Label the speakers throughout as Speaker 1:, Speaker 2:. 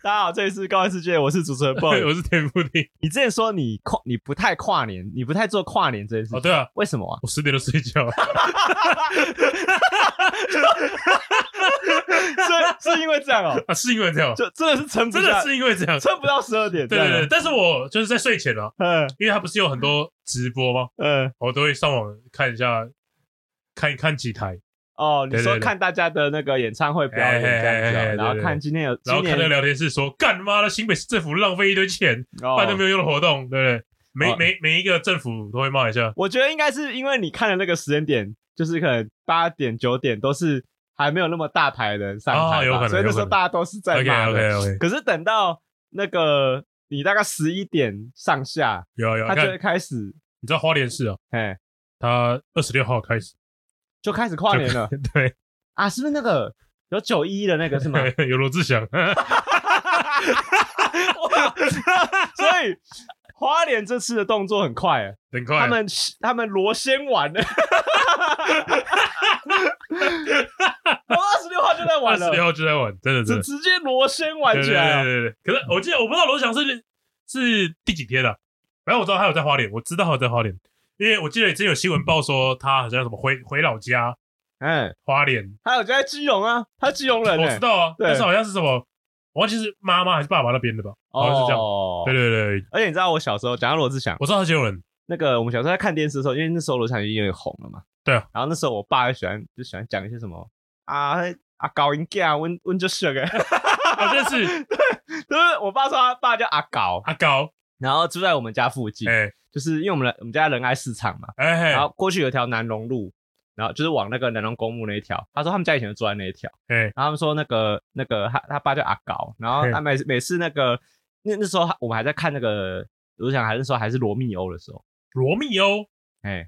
Speaker 1: 大家好，这里是高玩世界，我是主持人 Boy。
Speaker 2: 我是田馥甄。
Speaker 1: 你之前说你跨你不太跨年，你不太做跨年这件事情，
Speaker 2: 哦，对啊，
Speaker 1: 为什么啊？
Speaker 2: 我十点就睡觉，
Speaker 1: 是 是因为这样哦、
Speaker 2: 啊，是因为这样，
Speaker 1: 就真的是撑不
Speaker 2: 真
Speaker 1: 下
Speaker 2: 的，是因为这样。
Speaker 1: 撑不到十二点。哦
Speaker 2: 对对对，但是我就是在睡前啊，
Speaker 1: 嗯
Speaker 2: 因为他不是有很多直播吗？
Speaker 1: 嗯
Speaker 2: 我都会上网看一下，看看几台，
Speaker 1: 哦，你
Speaker 2: 对对
Speaker 1: 说
Speaker 2: 对
Speaker 1: 看大家的那个演唱会表演这样子
Speaker 2: 哎哎哎哎
Speaker 1: 哦，然后
Speaker 2: 对对
Speaker 1: 看今天有今
Speaker 2: 然后看那个
Speaker 1: 年
Speaker 2: 聊天室说，干妈的新北市政府浪费一堆钱，办都没
Speaker 1: 哦。
Speaker 2: 有用的活动，对不对？每
Speaker 1: 哦
Speaker 2: 每每一个政府都会骂一下，
Speaker 1: 我觉得应该是因为你看的那个时间点，就是可能八点九点都是还没有那么大牌的人上
Speaker 2: 啊
Speaker 1: 台
Speaker 2: 有可
Speaker 1: 吧，
Speaker 2: 能
Speaker 1: 所以那时
Speaker 2: 有
Speaker 1: 候
Speaker 2: 可能
Speaker 1: 大家都是在
Speaker 2: OK
Speaker 1: 骂的。
Speaker 2: OK OK，
Speaker 1: 可是等到那个你大概十一点上下，
Speaker 2: 有啊有啊，
Speaker 1: 他就会
Speaker 2: 看
Speaker 1: 开始，
Speaker 2: 你知道花莲市啊，
Speaker 1: 哎，
Speaker 2: 它二十六号开始，
Speaker 1: 就开始跨年了
Speaker 2: 对，
Speaker 1: 啊！是不是那个有九一的那个是吗？
Speaker 2: 有罗志祥，
Speaker 1: 所以花莲这次的动作很快欸，
Speaker 2: 很快，啊
Speaker 1: 他们他们罗先玩 了，我二十六号就在
Speaker 2: 二
Speaker 1: 玩
Speaker 2: 十六
Speaker 1: 了，
Speaker 2: 号就在玩，真的真
Speaker 1: 直直
Speaker 2: 的，
Speaker 1: 接罗先玩起来啊了。
Speaker 2: 对对对对对。可是我记得我不知道罗翔是是第几天了、反正我知道他有在花莲，我知道他有在花莲，因为我记得之前有新闻报说他好像什么回回老家
Speaker 1: 嗯，
Speaker 2: 花莲，
Speaker 1: 还有就在基隆啊，他基隆人
Speaker 2: 我
Speaker 1: 欸，
Speaker 2: 知道啊，
Speaker 1: 对
Speaker 2: 但是好像是什么，我忘记是妈妈还是爸爸那边的吧，好像是这样。
Speaker 1: 哦
Speaker 2: 对对对，对
Speaker 1: 而且你知道我小时候讲到罗志祥，
Speaker 2: 我知道他这种人，
Speaker 1: 那个我们小时候在看电视的时候，因为那时候罗翔已经有点红了嘛。
Speaker 2: 对啊。
Speaker 1: 然后那时候我爸就喜欢就喜欢讲一些什么啊啊搞音架啊，温温就学个，
Speaker 2: 好像是
Speaker 1: 就是我爸说他爸叫阿搞，
Speaker 2: 阿高，
Speaker 1: 然后住在我们家附近，
Speaker 2: 哎
Speaker 1: 就是因为我们的我们家仁爱市场嘛，
Speaker 2: 哎
Speaker 1: 然
Speaker 2: 哎
Speaker 1: 后过去有一条南荣路。然后就是往那个南荣公墓那一条，他说他们家以前就住在那一条，
Speaker 2: 哎，
Speaker 1: 然后他们说那个那个他他爸叫阿搞，然后他每每次那个那那时候我们还在看那个，我想还是说还是罗密欧的时候，
Speaker 2: 罗密欧，
Speaker 1: 哎，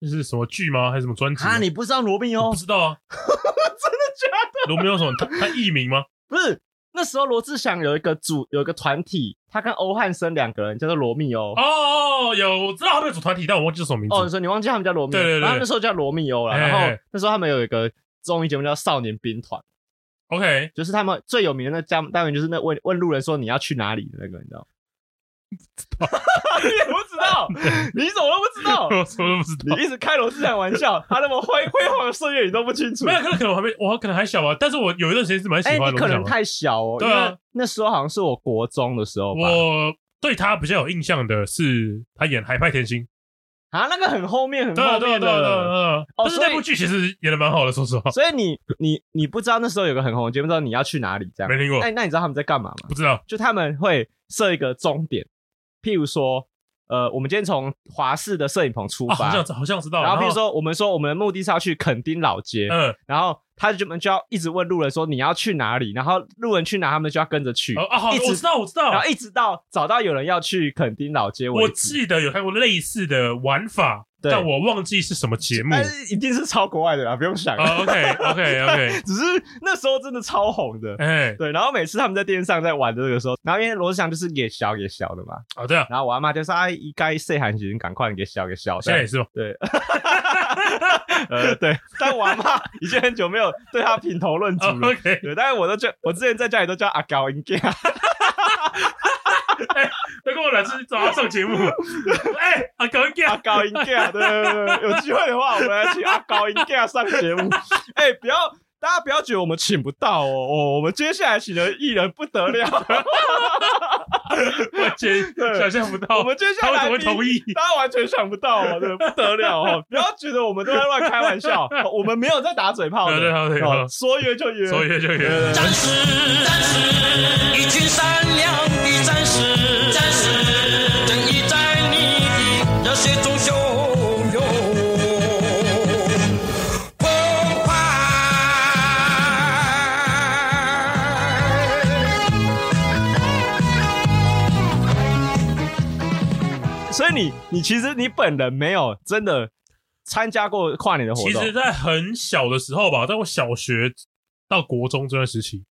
Speaker 2: 这是什么剧吗？还是什么专辑吗？
Speaker 1: 啊你不知道罗密
Speaker 2: 我
Speaker 1: 欧
Speaker 2: 不知道啊，
Speaker 1: 真的假的？
Speaker 2: 罗密欧什么？他他艺名吗？
Speaker 1: 不是那时候罗志祥有一个组有一个团体，他跟欧汉生两个人叫做罗密欧。
Speaker 2: 哦哦，哦有，我知道他们有组团体，但我忘记是什么名字。
Speaker 1: 哦，你说你忘记他们叫罗密欧，
Speaker 2: 对对对
Speaker 1: 然后那时候叫罗密欧了。
Speaker 2: 嘿嘿
Speaker 1: 然后那时候他们有一个综艺节目叫《少年兵团》，
Speaker 2: OK，
Speaker 1: 就是他们最有名的那家单元就是那问问路人说你要去哪里的那个，你知道吗？ 你也不知道，你怎么都不知道？
Speaker 2: 我什么都不知道。
Speaker 1: 你一直开罗志祥玩笑，他那么辉辉煌的岁月你都不清楚
Speaker 2: 没。有，可能可能我还没，我可能还小吧。啊但是我有一段时间是蛮喜
Speaker 1: 哎，
Speaker 2: 欢
Speaker 1: 你
Speaker 2: 龙
Speaker 1: 可
Speaker 2: 翔
Speaker 1: 能
Speaker 2: 的。
Speaker 1: 太小哦，
Speaker 2: 对啊
Speaker 1: 因为那时候好像是我国中的时候吧。
Speaker 2: 我对他比较有印象的是他演《海派甜心》，
Speaker 1: 啊，那个很后面，很
Speaker 2: 对啊
Speaker 1: 后
Speaker 2: 对啊
Speaker 1: 面
Speaker 2: 对啊对啊
Speaker 1: 的。
Speaker 2: 对啊。但是
Speaker 1: 哦所以
Speaker 2: 那部剧其实演的蛮好的，说实 话，
Speaker 1: 所以你你你不知道那时候有个很红的节目，知道你要去哪里这样
Speaker 2: 没。听过
Speaker 1: 那，那你知道他们在干嘛吗？
Speaker 2: 不知道。
Speaker 1: 就他们会设一个终点，譬如说，呃，我们今天从华视的摄影棚出
Speaker 2: 啊，
Speaker 1: 发，
Speaker 2: 好像好像知道。
Speaker 1: 然后譬如，说，我们说我们的目的是要去垦丁老街，
Speaker 2: 嗯，
Speaker 1: 然后他就们就要一直问路人说你要去哪里，然后路人去哪，他们就要跟着去，
Speaker 2: 哦啊，好，
Speaker 1: 一直
Speaker 2: 我知道我知道
Speaker 1: 然，后一直到找到有人要去垦丁老街为
Speaker 2: 我
Speaker 1: 止。
Speaker 2: 记得有看过类似的玩法，
Speaker 1: 对哎
Speaker 2: 但我忘记是什么节目。
Speaker 1: 但是一定是超国外的啦，不用想。
Speaker 2: 哦 OK OK OK，
Speaker 1: 只是那时候真的超红的，
Speaker 2: 哎，
Speaker 1: 对，然后每次他们在电视上在玩的这个时候，然后因为罗志祥就是也小也小的嘛，
Speaker 2: 哦对啊，
Speaker 1: 然后我阿妈就说：“哎，一该岁寒时赶快给小给小。”
Speaker 2: 现在也是吗？
Speaker 1: 对，呃对，但我阿妈已经很久没有对他品头论足
Speaker 2: 哦
Speaker 1: 了。
Speaker 2: OK，
Speaker 1: 对，但是我都叫我之前在家里都叫阿高应该，
Speaker 2: 那跟我老师找他上 节目，哎，啊，搞
Speaker 1: 阿
Speaker 2: 掉，
Speaker 1: 高应该，对对对，对有机会的话，我们来请阿高应该上节目。哎，不要，大家不要觉得我们请不到哦，哦，我们接下来请的艺人不得 了，
Speaker 2: 哦完全
Speaker 1: 对
Speaker 2: 想象不到
Speaker 1: 我。们接下
Speaker 2: 他为
Speaker 1: 来
Speaker 2: 什
Speaker 1: 来
Speaker 2: 么会
Speaker 1: 宾
Speaker 2: 同意？
Speaker 1: 大家完全想不到哦，对，不得了哦！不要觉得我们都在乱开玩笑，哦我们没有在打嘴炮
Speaker 2: 对对
Speaker 1: 的，
Speaker 2: 对
Speaker 1: 哦
Speaker 2: 对，
Speaker 1: 说约就约，
Speaker 2: 所以就
Speaker 1: 对。对
Speaker 2: 有
Speaker 1: 对
Speaker 3: 战士，战士，一群善良的战士，战士，正义在你的热血中汹涌澎湃。
Speaker 1: 所以你你其实你本人没有真的参加过跨年的活
Speaker 2: 其
Speaker 1: 动
Speaker 2: 实，，在很小的时候吧，在我小学到国中这段时期，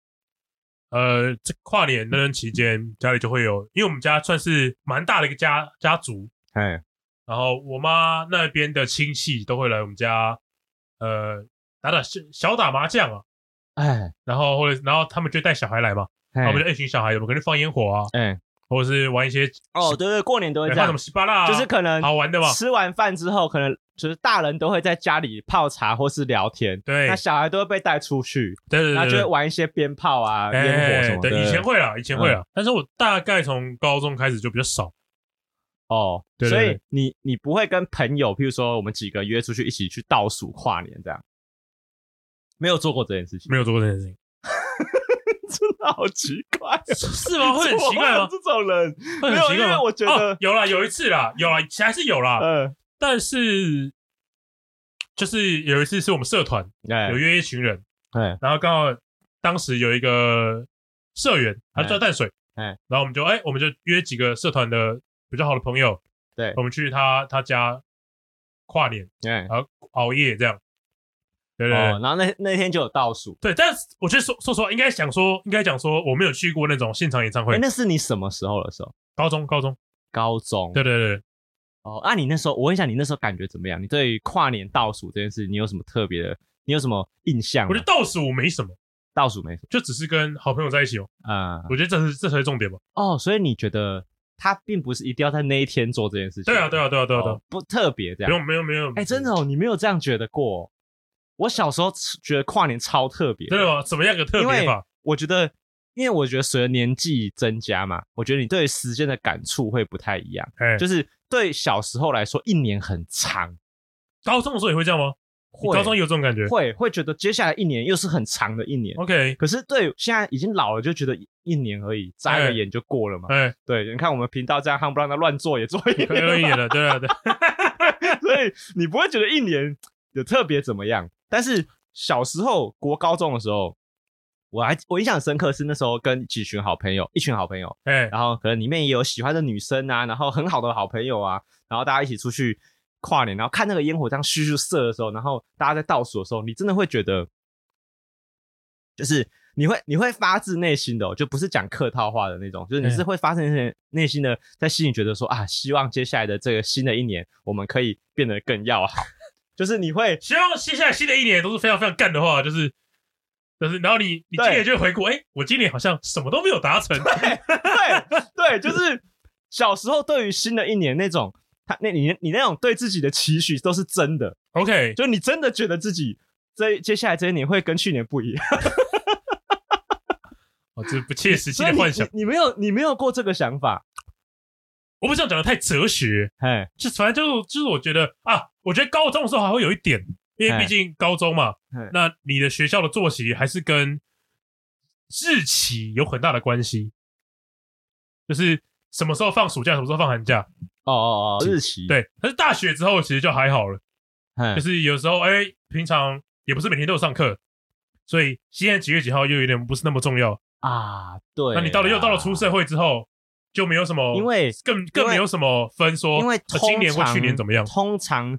Speaker 2: 呃，这跨年那段期间，家里就会有，因为我们家算是蛮大的一个家家族，
Speaker 1: 哎，
Speaker 2: 然后我妈那边的亲戚都会来我们家，呃，打打小小打麻将啊，
Speaker 1: 哎
Speaker 2: 然后或者然后他们就带小孩来嘛，啊我们就一群小孩，我们可能放烟火啊，
Speaker 1: 哎，
Speaker 2: 或者是玩一些
Speaker 1: 哦，对对，过年都会
Speaker 2: 对
Speaker 1: 这
Speaker 2: 放什
Speaker 1: 样
Speaker 2: 么，稀巴烂，
Speaker 1: 就是可能
Speaker 2: 啊好玩的嘛。
Speaker 1: 吃完饭之后，可能就是大人都会在家里泡茶或是聊天，
Speaker 2: 对
Speaker 1: 那小孩都会被带出去，
Speaker 2: 对对
Speaker 1: 然后
Speaker 2: 对
Speaker 1: 就会
Speaker 2: 对，
Speaker 1: 玩一些鞭炮啊、
Speaker 2: 哎
Speaker 1: 烟火什么嗯的。
Speaker 2: 对，以前会啦，以前会啦，但是我大概从高中开始就比较少。
Speaker 1: 哦，
Speaker 2: 对对
Speaker 1: 所
Speaker 2: 对
Speaker 1: 以你你不会跟朋友，譬如说我们几个约出去一起去倒数跨年这样，没有做过这件 事情，
Speaker 2: 没有做过这件事 情，
Speaker 1: 真的好奇 怪、哦，
Speaker 2: 是吗？啊会很奇怪吗
Speaker 1: 怎么会有？这种 人，
Speaker 2: 会
Speaker 1: 没
Speaker 2: 很奇
Speaker 1: 有
Speaker 2: 怪
Speaker 1: 因为
Speaker 2: 吗？
Speaker 1: 我觉得
Speaker 2: 哦有啦，有一次啦，有啦，还是有啦，
Speaker 1: 嗯，
Speaker 2: 但是就是有一次是我们社团
Speaker 1: 哎
Speaker 2: 有约一群人，
Speaker 1: 哎
Speaker 2: 然后刚好当时有一个社员，他
Speaker 1: 哎
Speaker 2: 叫淡水，
Speaker 1: 哎
Speaker 2: 然后我们就哎、我们就约几个社团的比较好的朋友，
Speaker 1: 对
Speaker 2: 我们去他他家跨年
Speaker 1: 哎，
Speaker 2: 熬夜这样，对对对。
Speaker 1: 哦，然后那那天就有倒数，
Speaker 2: 对，但是我觉得说说实话，应该想说，应该讲说，我没有去过那种现场演唱会
Speaker 1: 哎，。那是你什么时候的时候？
Speaker 2: 高中，高中，
Speaker 1: 高中
Speaker 2: 对对对，
Speaker 1: 哦，那、你那时候，我问一下，你那时候感觉怎么样？你对于跨年倒数这件事，你有什么特别的？你有什么印象
Speaker 2: 我觉
Speaker 1: 吗
Speaker 2: 得？倒数没什么，
Speaker 1: 倒数没什
Speaker 2: 就只是跟好朋友在一起哦。
Speaker 1: 么，啊、
Speaker 2: 我觉得这是这才是重点吧。
Speaker 1: 哦，所以你觉得他并不是一定要在那一天做这件事情？
Speaker 2: 对啊，对啊，对啊，对啊，对啊
Speaker 1: 哦，不特别这
Speaker 2: 没有
Speaker 1: 样。
Speaker 2: 没有没有，
Speaker 1: 哎、真的哦，你没有这样觉得过哦、我小时候觉得跨年超特别，
Speaker 2: 真的吗？怎么样个特
Speaker 1: 因
Speaker 2: 别
Speaker 1: 为
Speaker 2: 法？
Speaker 1: 我觉得，因为我觉得随着年纪增加嘛，我觉得你对时间的感触会不太一样。
Speaker 2: 哎，
Speaker 1: 就是对小时候来说，一年很长，
Speaker 2: 高中的时候也会这样吗？你
Speaker 1: 会
Speaker 2: 高中也有这哦种感觉
Speaker 1: 会会觉得接下来一年又是很长的一年。
Speaker 2: ？OK，
Speaker 1: 可是对现在已经老了，就觉得一一年而已，眨个
Speaker 2: 哎
Speaker 1: 眼就过了嘛。
Speaker 2: 哎，
Speaker 1: 对，你看我们频道这样夯不啷当乱做也做一
Speaker 2: 可以可以
Speaker 1: 年了，
Speaker 2: 了，对啊，对，
Speaker 1: 所以你不会觉得一年有特别怎么样。但是小时候国高中的时候，我还我印象很深刻是那时候跟几群好朋友，一群好朋友，
Speaker 2: 哎，
Speaker 1: 然后可能里面也有喜欢的女生啊，然后很好的好朋友啊，然后大家一起出去跨年，然后看那个烟火这样咻咻射的时候，然后大家在倒数的时候，你真的会觉得，就是你会你会发自内心的、哦，就不是讲客套话的那种，就是你
Speaker 2: 嗯
Speaker 1: 是会发自内心内心的在心里觉得说啊，希望接下来的这个新的一年，我们可以变得更要好， 就是你会
Speaker 2: 希望接下来新的一年都是非常非常干的话，就是就是，然后你你今年就会回顾，哎，我今年好像什么都没有达成，
Speaker 1: 对对，就是小时候对于新的一年那种。他那你你那种对自己的期许都是真的，
Speaker 2: OK，
Speaker 1: 就你真的觉得自己这接下来这一年会跟去年不一样，
Speaker 2: 哦，这不切实际
Speaker 1: 所以
Speaker 2: 的
Speaker 1: 你
Speaker 2: 幻想，
Speaker 1: 你你没有你没有过这个想法，
Speaker 2: 我不想讲的太哲学，
Speaker 1: 嘿，
Speaker 2: 就反正就就是我觉得啊，我觉得高中的时候还会有一点，因为
Speaker 1: 哎
Speaker 2: 毕竟高中嘛
Speaker 1: 哎，
Speaker 2: 那你的学校的作息还是跟日期有很大的关系，就是什么时候放暑假，什么时候放寒假，
Speaker 1: 哦哦哦，日期，
Speaker 2: 对。但是大学之后其实就还好了，
Speaker 1: 嘿，
Speaker 2: 就是有时候哎、平常也不是每天都有上课，所以现在几月几号又有点不是那么重要。
Speaker 1: 啊，对啦，
Speaker 2: 那你到了又到了出社会之后，就没有什么，
Speaker 1: 因为
Speaker 2: 更更没有什么分说，
Speaker 1: 因为
Speaker 2: 呃
Speaker 1: 通
Speaker 2: 今年或
Speaker 1: 常
Speaker 2: 去年怎么样。
Speaker 1: 通常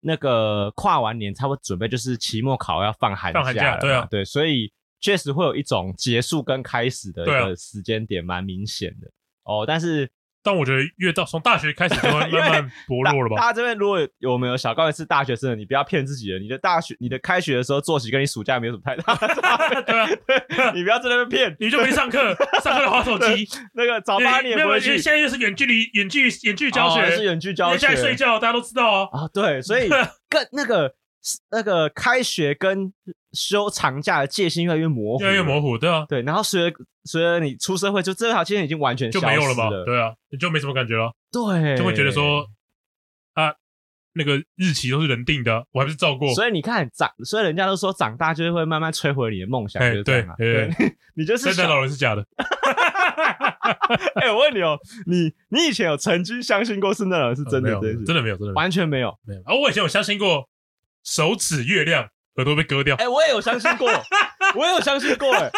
Speaker 1: 那个跨完年，差不多准备就是期末考要放寒
Speaker 2: 放寒
Speaker 1: 了
Speaker 2: 假
Speaker 1: 嘛
Speaker 2: 对啊
Speaker 1: 对，所以确实会有一种结束跟开始的一
Speaker 2: 对啊
Speaker 1: 个时间点，蛮明显的哦。但是
Speaker 2: 但我觉得越到从大学开始就会
Speaker 1: 因为
Speaker 2: 慢慢薄弱了
Speaker 1: 大
Speaker 2: 吧？
Speaker 1: 大家这边如果有有没有小高一是大学生的，你不要骗自己了。你的大学、你的开学的时候作息跟你暑假没有什么太大的差别，
Speaker 2: 对啊，
Speaker 1: 你不要在那边骗。
Speaker 2: 你就没上课，上课划手机，
Speaker 1: 那个早
Speaker 2: 对
Speaker 1: 八你也
Speaker 2: 没
Speaker 1: 不
Speaker 2: 有，
Speaker 1: 会
Speaker 2: 因为
Speaker 1: 去，
Speaker 2: 现在就是远距离、远距、远距教
Speaker 1: 哦
Speaker 2: 学，
Speaker 1: 是远距教
Speaker 2: 因为
Speaker 1: 学
Speaker 2: 现在睡觉，大家都知道啊。
Speaker 1: 啊，对， 所以跟那个那个开学跟休长假的界限越来越模糊，
Speaker 2: 越来越模
Speaker 1: 糊。
Speaker 2: 糊，对啊，
Speaker 1: 对，然后随着随着你出社会，就这条界限已经完全
Speaker 2: 就
Speaker 1: 消
Speaker 2: 没有
Speaker 1: 失
Speaker 2: 了吧？
Speaker 1: 了
Speaker 2: 对啊，你就没什么感觉了，
Speaker 1: 对，
Speaker 2: 就会觉得。说啊，那个日期都是人定的，我还不是照过。
Speaker 1: 所以你看长，所以人家都说长大就是会慢慢摧毁你的梦想，
Speaker 2: 哎
Speaker 1: 就是这样啊。
Speaker 2: 对
Speaker 1: 对， 你就是
Speaker 2: 圣诞
Speaker 1: 想
Speaker 2: 老人是假的，
Speaker 1: 哎、我问你哦，你你以前有曾经相信过圣诞老人是真的
Speaker 2: 呃没有
Speaker 1: 这件事？
Speaker 2: 真的没有，真的没有
Speaker 1: 完全没有。
Speaker 2: 没有。啊，我以前有相信过手指月亮，耳朵被割掉
Speaker 1: 哎、。我也有相信过，我也有相信过、哎，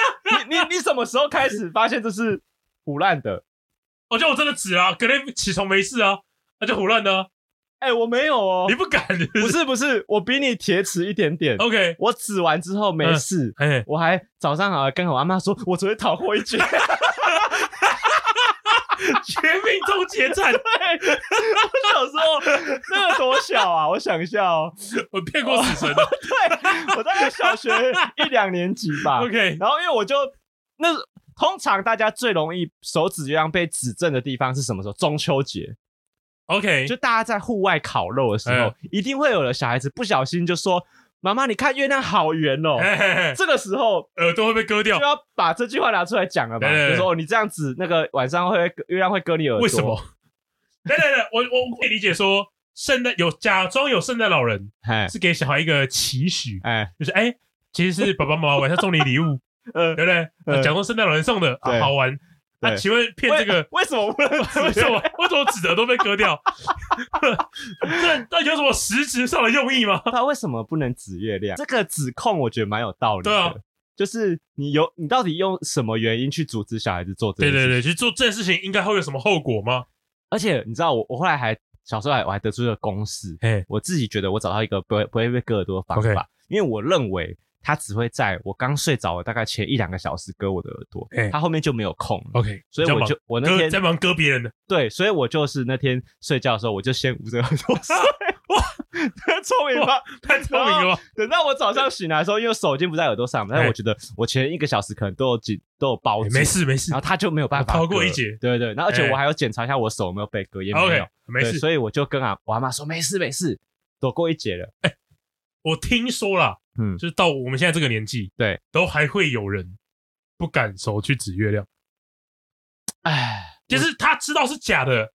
Speaker 1: 你你你什么时候开始发现这是腐烂的？
Speaker 2: 我觉得我真的指啊，隔天起床没事啊，那就胡乱的啊，
Speaker 1: 哎、我没有哦
Speaker 2: 你，不哦敢是不
Speaker 1: 不
Speaker 2: 是
Speaker 1: 是不是，我比你铁齿一点点。
Speaker 2: ？OK，
Speaker 1: 我指完之后没事，
Speaker 2: 哎，
Speaker 1: 我还早上啊跟我阿妈说，我昨天逃过 一劫。
Speaker 2: 全民终结战，
Speaker 1: 我小时候那个多小啊，我想一下哦，
Speaker 2: 我骗过死神的。
Speaker 1: 对我大概小学一两年级吧。
Speaker 2: OK，
Speaker 1: 然后因为我就那通常大家最容易手指月亮被指正的地方是什么时候？中秋节，
Speaker 2: OK，
Speaker 1: 就大家在户外烤肉的时候
Speaker 2: 嗯，
Speaker 1: 一定会有的小孩子不小心就说：“妈妈，你看月亮好圆哦。”
Speaker 2: 嘿嘿嘿
Speaker 1: 这个时候
Speaker 2: 耳朵会被割掉
Speaker 1: 就，要把这句话拿出来讲了吧？
Speaker 2: 对对对
Speaker 1: 就说哦你这样子，那个晚上会月亮会割你耳朵。
Speaker 2: 为什么？？等等等，我我我可以理解说，圣诞有假装有圣诞老人，
Speaker 1: 哎
Speaker 2: 是给小孩一个期许，
Speaker 1: 哎
Speaker 2: 就是哎、其实是爸爸妈妈晚上送你礼 物，
Speaker 1: 呃
Speaker 2: 对，不对？
Speaker 1: 嗯
Speaker 2: 呃假装圣诞老人送的，
Speaker 1: 对
Speaker 2: 啊、好玩。那、
Speaker 1: 对
Speaker 2: 请问骗这个
Speaker 1: 为 为什么不能
Speaker 2: 为什么为什么指责都被割掉？ 这这有什么实质上的用意吗？
Speaker 1: 他为什么不能指月亮？这个指控我觉得蛮有道理的。
Speaker 2: 对啊
Speaker 1: 就是你有你到底用什么原因去阻止小孩子做这
Speaker 2: 对
Speaker 1: 件事？
Speaker 2: 对对，去做这件事情应该会有什么后果吗？
Speaker 1: 而且你知道我，我后来还小时候还我还得出一个公式，
Speaker 2: 哎，
Speaker 1: 我自己觉得我找到一个不会不会被割耳朵的方
Speaker 2: OK
Speaker 1: 法因为我认为他只会在我刚睡着的大概前一两个小时割我的耳朵，
Speaker 2: 哎
Speaker 1: 他后面就没有空了。
Speaker 2: OK，
Speaker 1: 所以
Speaker 2: 在
Speaker 1: 我
Speaker 2: 忙
Speaker 1: 就我那
Speaker 2: 割
Speaker 1: 天
Speaker 2: 在忙割别人的，
Speaker 1: 对，所以我就是那天睡觉的时候，我就先捂着耳朵 睡。哇， 聪明吧？
Speaker 2: 太聪明了吧？
Speaker 1: 等到我早上醒来的时候，因为手已经不在耳朵上，但
Speaker 2: 哎
Speaker 1: 我觉得我前一个小时可能都有紧都有包
Speaker 2: 哎
Speaker 1: 住，
Speaker 2: 没，事没事
Speaker 1: 哦然后他就没有办法
Speaker 2: 我逃过
Speaker 1: 割
Speaker 2: 一劫
Speaker 1: 对对，然后而且
Speaker 2: 哎啊
Speaker 1: 我还要检查一下我手有没有被割，也没
Speaker 2: ，OK，
Speaker 1: 有，
Speaker 2: 没
Speaker 1: 对
Speaker 2: 事。
Speaker 1: 所以我就跟啊我阿妈说没事没事，躲过一劫了。
Speaker 2: 我听说啦，
Speaker 1: 嗯
Speaker 2: 就是到我们现在这个年纪，
Speaker 1: 对，
Speaker 2: 都还会有人不敢手去指月亮，
Speaker 1: 唉，
Speaker 2: 就是他知道是假的，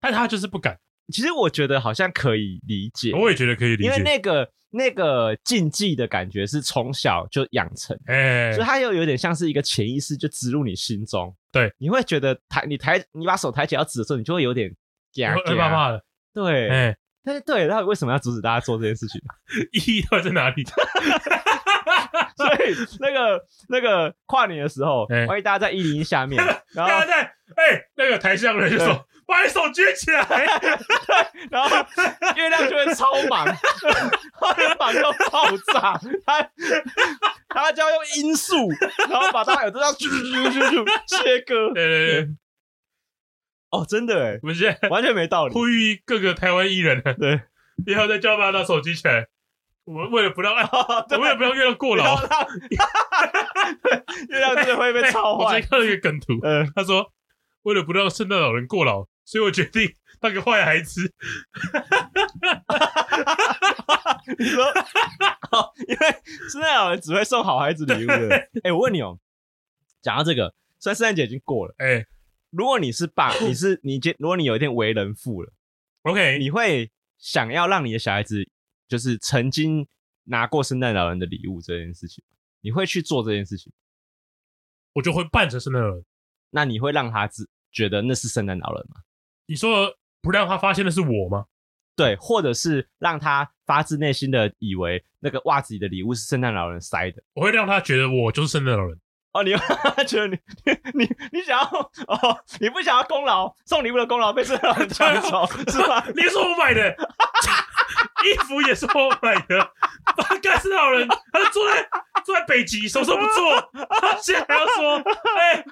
Speaker 2: 但他就是不敢。
Speaker 1: 其实我觉得好像可以理解，
Speaker 2: 我也觉得可以理
Speaker 1: 因为
Speaker 2: 解。
Speaker 1: 那个那个禁忌的感觉是从小就养成。
Speaker 2: 哎，
Speaker 1: 所以它又有点像是一个潜意识就植入你心中。
Speaker 2: 对，
Speaker 1: 你会觉得抬你抬你把手抬起来要指的时候，你就会有点
Speaker 2: 二
Speaker 1: 嗲
Speaker 2: 二爸
Speaker 1: 嗲。
Speaker 2: 爸的，
Speaker 1: 对，
Speaker 2: 哎，
Speaker 1: 但是对，那为什么要阻止大家做这件事情？
Speaker 2: 意义到底在哪
Speaker 1: 哦
Speaker 2: 里？
Speaker 1: 所以那个那个跨年的时候
Speaker 2: 哎，
Speaker 1: 万一大家在一零一下 面，然
Speaker 2: 大家
Speaker 1: 后
Speaker 2: 在哎，那个台上的人就说：“
Speaker 1: 嗯
Speaker 2: 把你手举起来。
Speaker 1: 哎然后月亮就会超满，会满到爆炸，它它就要用音速，然后把大家耳朵这样咻咻咻咻咻切”割。
Speaker 2: 对对
Speaker 1: 嗯
Speaker 2: 对，
Speaker 1: 哦，真的哎，
Speaker 2: 我们现在
Speaker 1: 完全没道理。
Speaker 2: 呼吁各个台湾艺人，
Speaker 1: 对，
Speaker 2: 不要再叫爸爸拿手举起来。我们为了 不让， 我
Speaker 1: 哦对
Speaker 2: 们也不要月亮过劳，
Speaker 1: 然后他月亮真的会 被超
Speaker 2: 我
Speaker 1: 坏
Speaker 2: 最近。看到一个梗图，
Speaker 1: 嗯，
Speaker 2: 他说：“为了不让圣诞老人过劳，所以我决定当个坏孩子。
Speaker 1: 你说，哦因为圣诞老人只会送好孩子礼物的。哎、我问你哦，讲到这个，虽然圣诞节已经过了，
Speaker 2: 哎
Speaker 1: 如果你是爸，你是你今，如果你有一天为人父了，
Speaker 2: ，OK，
Speaker 1: 你会想要让你的小孩子就是曾经拿过圣诞老人的礼物这件事情，你会去做这件事情？
Speaker 2: 我就会扮成圣诞老人。
Speaker 1: 那你会让他知觉得那是圣诞老人吗？
Speaker 2: 你说不让他发现的是我吗？
Speaker 1: 对，或者是让他发自内心的以为那个袜子里的礼物是圣诞老人塞的。
Speaker 2: 我会让他觉得我就是圣诞老人。
Speaker 1: 哦，你 觉得你你你想要哦，你不想要功劳送礼物的功劳被圣诞老人抢走是吧？
Speaker 2: 你是我买的，衣服也是我买的。八嘎圣诞老人，他就坐在坐在北极，什么事都不做，他现在还要说，哎、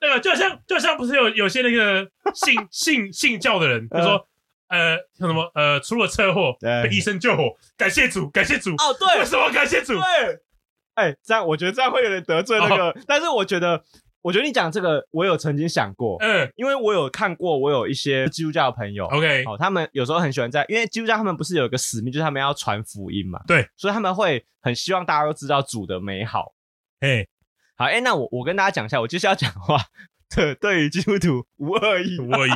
Speaker 2: 那个就好像就好像不是有有些那个信信信教的人，他说。呃，像什么呃，出了车祸
Speaker 1: 嗯对
Speaker 2: 被医生救活，感谢主，感谢主，
Speaker 1: 哦，对
Speaker 2: 为什么要感谢主？
Speaker 1: 对，哎，这样我觉得这样会有点得罪那个，但是我觉得，我觉得你讲这个，我有曾经想过，
Speaker 2: 嗯
Speaker 1: 因为我有看过，我有一些基督教的朋友。
Speaker 2: ，OK，
Speaker 1: 哦，他们有时候很喜欢在，因为基督教他们不是有一个使命，就是他们要传福音嘛，
Speaker 2: 对，
Speaker 1: 所以他们会很希望大家都知道主的美好，
Speaker 2: 哎，
Speaker 1: 好，哎、那我我跟大家讲一下，我就是要讲话。对，对于基督徒无恶意，
Speaker 2: 我已，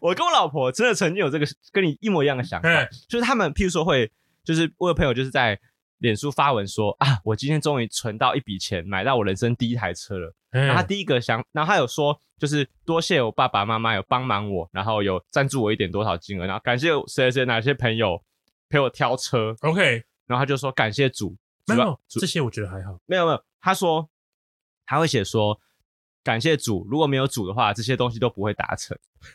Speaker 1: 我跟我老婆真的曾经有这个跟你一模一样的想法，
Speaker 2: 嗯
Speaker 1: 就是他们譬如说会，就是我有朋友就是在脸书发文说啊，我今天终于存到一笔钱，买到我人生第一台车了。然后他
Speaker 2: 嗯
Speaker 1: 第一个想，然后他有说，就是多谢我爸爸妈妈有帮忙我，然后有赞助我一点多少金额，然后感谢谁谁谁哪些朋友陪我挑车，
Speaker 2: ，OK，
Speaker 1: 然后他就说感谢主，
Speaker 2: 没
Speaker 1: 主要
Speaker 2: 有
Speaker 1: 主
Speaker 2: 这些，我觉得还好。
Speaker 1: 没有没有，他说他会写说感谢主，如果没有主的话，这些东西都不会达成。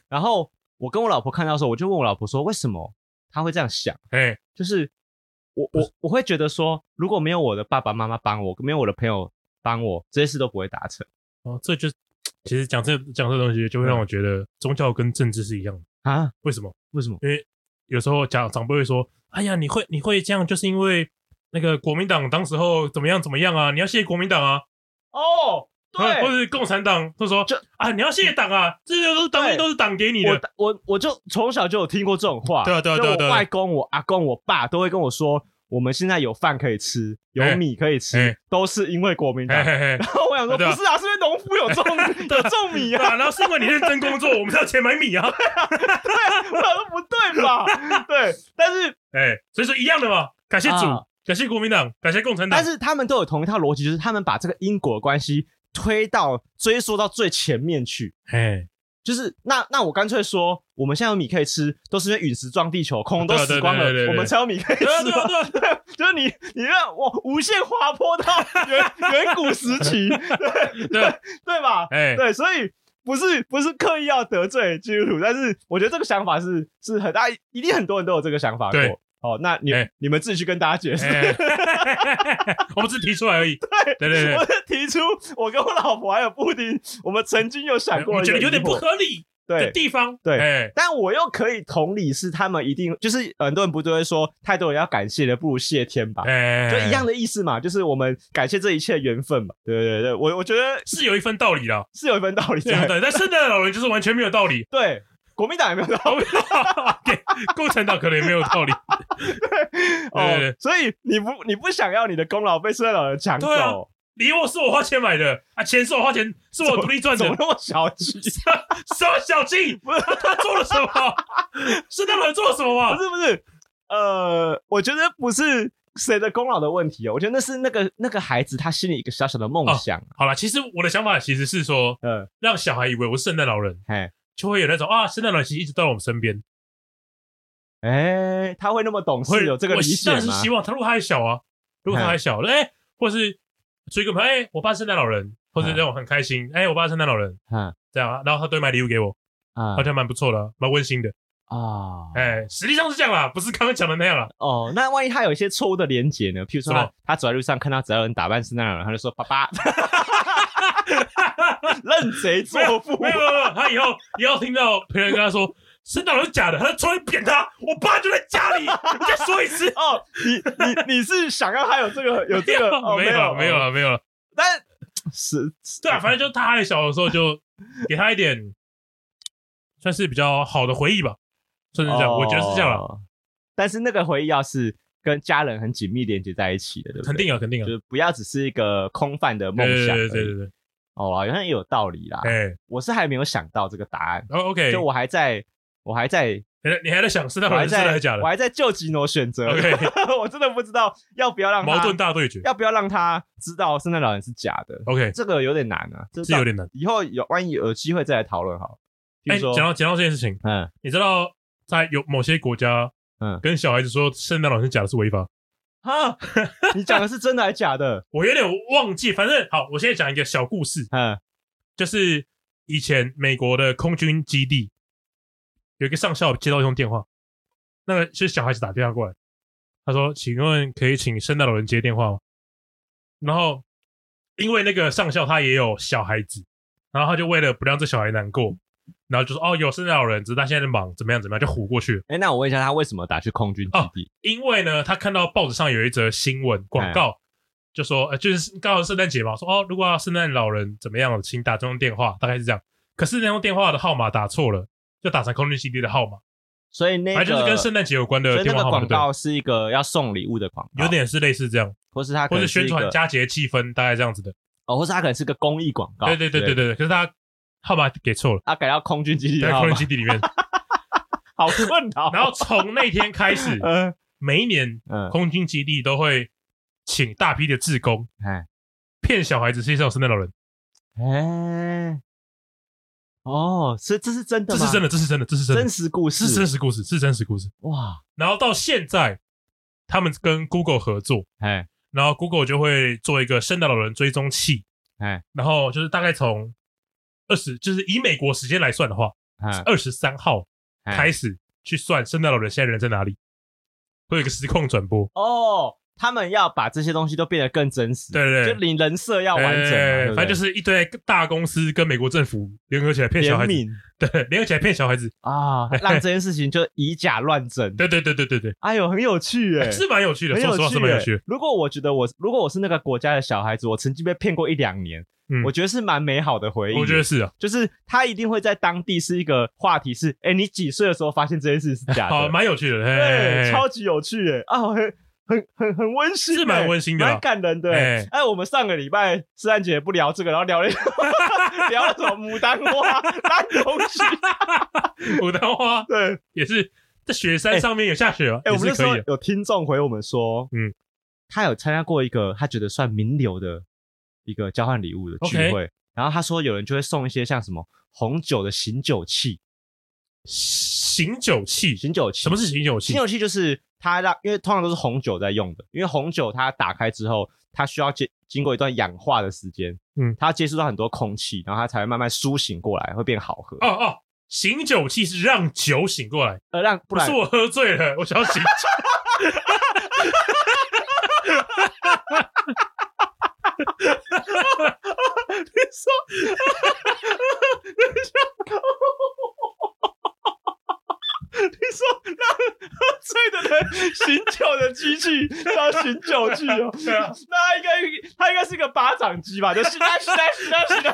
Speaker 1: 然后我跟我老婆看到的时候，我就问我老婆说，为什么他会这样想？
Speaker 2: 哎，
Speaker 1: 就是我 我我会觉得说，如果没有我的爸爸妈妈帮我，没有我的朋友帮我，这些事都不会达成
Speaker 2: 哦，这就其实讲这讲这东西，就会让我觉得宗教跟政治是一样的。
Speaker 1: 啊？
Speaker 2: 为什么？
Speaker 1: 为什么？
Speaker 2: 有时候长长辈会说：“哎呀，你会你会这样，就是因为那个国民党当时候怎么样怎么样啊，你要谢谢国民党啊。
Speaker 1: 哦，
Speaker 2: 或
Speaker 1: 对，
Speaker 2: 者是共产党，就说
Speaker 1: 这
Speaker 2: 啊，你要谢党啊，这些都是当
Speaker 1: 对
Speaker 2: 兵都是党给你
Speaker 1: 我
Speaker 2: 的，
Speaker 1: 我我就从小就有听过这种话，
Speaker 2: 对啊对啊
Speaker 1: 就
Speaker 2: 对啊对啊
Speaker 1: 我外公、我阿公、我爸都会跟我说，我们现在有饭可以吃，有
Speaker 2: 哎
Speaker 1: 米可以吃
Speaker 2: 哎，
Speaker 1: 都是因为国民党
Speaker 2: 嘿。嘿嘿，
Speaker 1: 然后 我想说，不
Speaker 2: 对啊
Speaker 1: 是啊，是因为农夫有种 有种米
Speaker 2: 对
Speaker 1: 啊，
Speaker 2: 啊，然后是因为你认真工作，我们才有钱买米啊，
Speaker 1: 我想说不对吧？ 对，但是
Speaker 2: 哎，所以说一样的嘛，感谢主
Speaker 1: 啊，
Speaker 2: 感谢共产党，感谢共产党
Speaker 1: 但，是他们都有同一套逻辑，就是他们把这个因果关系推到追溯到最前面去。
Speaker 2: 哎，
Speaker 1: 就是那那我干脆说，我们现在有米可以吃，都是因为陨石撞地球，空都
Speaker 2: 对啊
Speaker 1: 死光了
Speaker 2: 对对对对，对
Speaker 1: 我们才有米可以
Speaker 2: 对啊
Speaker 1: 吃
Speaker 2: 对啊
Speaker 1: 嘛。
Speaker 2: 对啊，
Speaker 1: 就是你 你让我无限滑坡到远 远古时期，对
Speaker 2: 对啊，
Speaker 1: 对吧？
Speaker 2: 哎，
Speaker 1: 对，所以不是不是刻意要得罪基督徒，但是我觉得这个想法是是很大，一定很多人都有这个想法过
Speaker 2: 对。
Speaker 1: 哦，那你、
Speaker 2: 哎
Speaker 1: 你们自己去跟大家解释。
Speaker 2: 哎，我们只是提出来而已，对对对
Speaker 1: 我是提出，我跟我老婆还有布丁，我们曾经有想
Speaker 2: 哎，
Speaker 1: 过
Speaker 2: 我
Speaker 1: 的一
Speaker 2: 觉
Speaker 1: 个疑惑，
Speaker 2: 得有点不合理的
Speaker 1: 对。
Speaker 2: 地方，
Speaker 1: 对
Speaker 2: 哎，
Speaker 1: 但我又可以同理，是他们一定就是很多人不都会说，太多人要感谢的，不如谢天吧，
Speaker 2: 哎，
Speaker 1: 就一样的意思嘛，就是我们感谢这一切缘分嘛。对对对，我我觉得
Speaker 2: 是有一分道理啦，
Speaker 1: 是有一分道理
Speaker 2: 这样
Speaker 1: 的。，
Speaker 2: 的，但圣诞老人就是完全没有道理
Speaker 1: 对，国民党也没有道理。
Speaker 2: 对共产党可能也没有道理， 对对
Speaker 1: 哦
Speaker 2: 对，
Speaker 1: 所以你不你不想要你的功劳被圣诞老人抢
Speaker 2: 对啊
Speaker 1: 走，
Speaker 2: 礼物是我花钱买的啊，钱是我花钱，是我独立赚
Speaker 1: 怎
Speaker 2: 的
Speaker 1: 么，那么小 气？
Speaker 2: 什么小气？
Speaker 1: 不是
Speaker 2: 他他做了什么？圣诞老人做了什么
Speaker 1: 不
Speaker 2: 嘛？
Speaker 1: 是不是，呃，我觉得不是谁的功劳的问题哦，我觉得那是那个那个孩子他心里一个小小的
Speaker 2: 哦
Speaker 1: 梦想。
Speaker 2: 好了，其实我的想法其实是说，
Speaker 1: 嗯，
Speaker 2: 让小孩以为我是圣诞老人，
Speaker 1: 嘿，
Speaker 2: 就会有那种啊，圣诞老人其实一直到我们身边，
Speaker 1: 哎，他会那么懂
Speaker 2: 会
Speaker 1: 事，有这个
Speaker 2: 我
Speaker 1: 理解
Speaker 2: 当然是
Speaker 1: 吗？
Speaker 2: 希望他，如果他还小啊，如果他还小，哎，或是追个朋友，哎，我爸圣诞老人，或者
Speaker 1: 嗯
Speaker 2: 让我很开心，哎，我爸圣诞老人
Speaker 1: 嗯
Speaker 2: 这样啊，然后他都会买礼物给我，
Speaker 1: 啊
Speaker 2: 好像蛮不错的啊，蛮温馨的。
Speaker 1: 啊
Speaker 2: 哎，实际上是这样啦，不是刚刚讲的那样啦。
Speaker 1: 哦，那万一他有一些错误的连结呢？譬如说
Speaker 2: 什
Speaker 1: 他
Speaker 2: 么
Speaker 1: 他走在路上看到只要有人打扮圣诞老人，他就说爸 爸，认贼作父。
Speaker 2: 没有没有，没有他以后以后听到别人跟他说圣诞老人是假的，他就出来扁他。我爸就在家里，你再说一次。
Speaker 1: 哦，你你你是想要他有这个 有这个？哦，
Speaker 2: 没
Speaker 1: 有
Speaker 2: 有没有，
Speaker 1: 哦
Speaker 2: 了没有了。
Speaker 1: 但是是
Speaker 2: 对啊，反正就他还小的时候，就给他一点算是比较好的回忆吧，算是这样，我觉得是这样啊了。
Speaker 1: 哦但是那个回忆要是跟家人很紧密连接在一起的，对不对？
Speaker 2: 肯定啊，肯定啊
Speaker 1: 就，是不要只是一个空泛的梦
Speaker 2: 对
Speaker 1: 想而
Speaker 2: 对
Speaker 1: 已。
Speaker 2: 对对对，
Speaker 1: 哦，好像也有道理啦。
Speaker 2: 哎，
Speaker 1: 我是还没有想到这个答案，
Speaker 2: 然后 OK，
Speaker 1: 就我还在，我还在，
Speaker 2: 你还你还在想圣 诞
Speaker 1: 我
Speaker 2: 老
Speaker 1: 还
Speaker 2: 人是真的还
Speaker 1: 在
Speaker 2: 是假，的
Speaker 1: 我还在就吉诺选择。
Speaker 2: ？OK，
Speaker 1: 我真的不知道要不要让他
Speaker 2: 矛盾大对决。
Speaker 1: 要不要让他知道圣诞老人是假的，
Speaker 2: OK，
Speaker 1: 这个有点难啊，这
Speaker 2: 是有点难。
Speaker 1: 以后有万一有机会再来讨论好了。比
Speaker 2: 哎，
Speaker 1: 如说，
Speaker 2: 讲到讲到这件事情，
Speaker 1: 嗯，
Speaker 2: 你知道在有某些国家，
Speaker 1: 嗯
Speaker 2: 跟小孩子说圣诞老人是假的是违法。
Speaker 1: 哈，你讲的是真的还是假的？
Speaker 2: 我有点忘记，反正好，我现在讲一个小故事，
Speaker 1: 嗯，
Speaker 2: 就是以前美国的空军基地有一个上校接到一通电话，那个是小孩子打电话过来，他说：“请问可以请圣诞老人接电话吗？”然后因为那个上校他也有小孩子，然后他就为了不让这小孩难过，然后就说：“哦，有圣诞老人，只是他现在在忙，怎么样怎么样，就唬过去。”
Speaker 1: 哎、那我问一下，他为什么打去空军基
Speaker 2: 哦
Speaker 1: 地？
Speaker 2: 因为呢，他看到报纸上有一则新闻广
Speaker 1: 哎
Speaker 2: 告，就说呃，就是刚好圣诞节嘛，说哦，如果要圣诞老人怎么样，请打这通电话，大概是这样。可是那通电话的号码打错了，就打成空军基地的号码，
Speaker 1: 所以那个
Speaker 2: 反正就是跟圣诞节有关的
Speaker 1: 所以
Speaker 2: 电
Speaker 1: 那
Speaker 2: 话
Speaker 1: 个
Speaker 2: 号码，
Speaker 1: 广
Speaker 2: 对不
Speaker 1: 告是一个要送礼物的广告，
Speaker 2: 对，有，点是类似这样，
Speaker 1: 或是他可
Speaker 2: 或
Speaker 1: 能
Speaker 2: 者
Speaker 1: 是
Speaker 2: 宣
Speaker 1: 一
Speaker 2: 传
Speaker 1: 个
Speaker 2: 佳节气氛，大概这样子的。
Speaker 1: 哦，或是他可能是个公益广告，
Speaker 2: 对对对对
Speaker 1: 哦对，
Speaker 2: 对对。可是他号码给错了，
Speaker 1: 他改到空军基地
Speaker 2: 在
Speaker 1: 号
Speaker 2: 空军
Speaker 1: 码，
Speaker 2: 基地里 面。
Speaker 1: 好困扰。，
Speaker 2: 然后从那天开始
Speaker 1: 嗯
Speaker 2: 每一年
Speaker 1: 嗯，
Speaker 2: 空军基地都会请大批的志工
Speaker 1: 哎
Speaker 2: 骗小孩子是上圣诞老人。
Speaker 1: 哎、哦，是这是真的
Speaker 2: 这
Speaker 1: 吗？
Speaker 2: 是真的，这是真的，这是真的，
Speaker 1: 真实故事，
Speaker 2: 是真实故事，是真实故事。
Speaker 1: 哇，
Speaker 2: 然后到现在，他们跟 Google 合作，
Speaker 1: 哎
Speaker 2: 然后 Google 就会做一个圣诞老人追踪器，
Speaker 1: 哎
Speaker 2: 然后就是大概从二十，就是以美国时间来算的话，
Speaker 1: 哎
Speaker 2: 二十三号
Speaker 1: 哎
Speaker 2: 开始去算圣诞老人现在人在哪里，会有一个实况转播。
Speaker 1: 哦，他们要把这些东西都变得更真实，
Speaker 2: 对对对
Speaker 1: 就你人设要完整嘛，啊
Speaker 2: 哎
Speaker 1: 对不对
Speaker 2: 反正就是一堆大公司跟美国政府联合起来骗小孩
Speaker 1: 怜
Speaker 2: 子，
Speaker 1: 悯
Speaker 2: 对，联合起来骗小孩子，
Speaker 1: 啊，让这件事情就以假乱真。
Speaker 2: 对对对对对对，
Speaker 1: 哎呦，很有趣哎、
Speaker 2: 是蛮有趣的，
Speaker 1: 很
Speaker 2: 说
Speaker 1: 有
Speaker 2: 实话
Speaker 1: 趣
Speaker 2: 是蛮有
Speaker 1: 欸
Speaker 2: 趣的。
Speaker 1: 如果我觉得我如果我是那个国家的小孩子，我曾经被骗过一两年，
Speaker 2: 嗯
Speaker 1: 我觉得是蛮美好的回忆。
Speaker 2: 我觉得是啊，
Speaker 1: 就是他一定会在当地是一个话题是，哎，你几岁的时候发现这件事是假
Speaker 2: 好，
Speaker 1: 的？
Speaker 2: 蛮有趣的，
Speaker 1: 对，
Speaker 2: 嘿，
Speaker 1: 超级有趣哎、啊，很很很很温馨、欸，
Speaker 2: 哎是蛮温馨的啊
Speaker 1: 蛮 感人的、欸
Speaker 2: 哎。
Speaker 1: 哎、我们上个礼拜圣诞节不聊这个，然后聊了 聊了什么牡丹花、烂东西。
Speaker 2: 牡丹花
Speaker 1: 对，
Speaker 2: 也是在雪山上面有下雪哦，
Speaker 1: 哎、
Speaker 2: 也
Speaker 1: 我们
Speaker 2: 是
Speaker 1: 那时
Speaker 2: 可
Speaker 1: 候
Speaker 2: 以的。
Speaker 1: 有听众回我们说，嗯
Speaker 2: 嗯，
Speaker 1: 他有参加过一个他觉得算名流的一个交换礼物的聚
Speaker 2: OK
Speaker 1: 会然后他说有人就会送一些像什么红酒的醒酒器，
Speaker 2: 醒酒器，
Speaker 1: 醒酒器
Speaker 2: 什么是醒酒器
Speaker 1: 醒？酒器就是它让，因为通常都是红酒在用的，因为红酒它打开之后，它需要接经过一段氧化的时间，
Speaker 2: 嗯
Speaker 1: 它接触到很多空气，然后它才会慢慢苏醒过来，会变好喝。
Speaker 2: 哦哦，醒酒器是让酒醒过来，
Speaker 1: 呃，让不
Speaker 2: 不
Speaker 1: 然
Speaker 2: 是我喝醉了， 我想要 醒酒。啊
Speaker 1: 你说让喝醉的人 醒酒的机 器叫醒酒器哦，
Speaker 2: 对啊，
Speaker 1: 那它应该它应该是个巴掌机吧？就是来醒来醒来 醒来。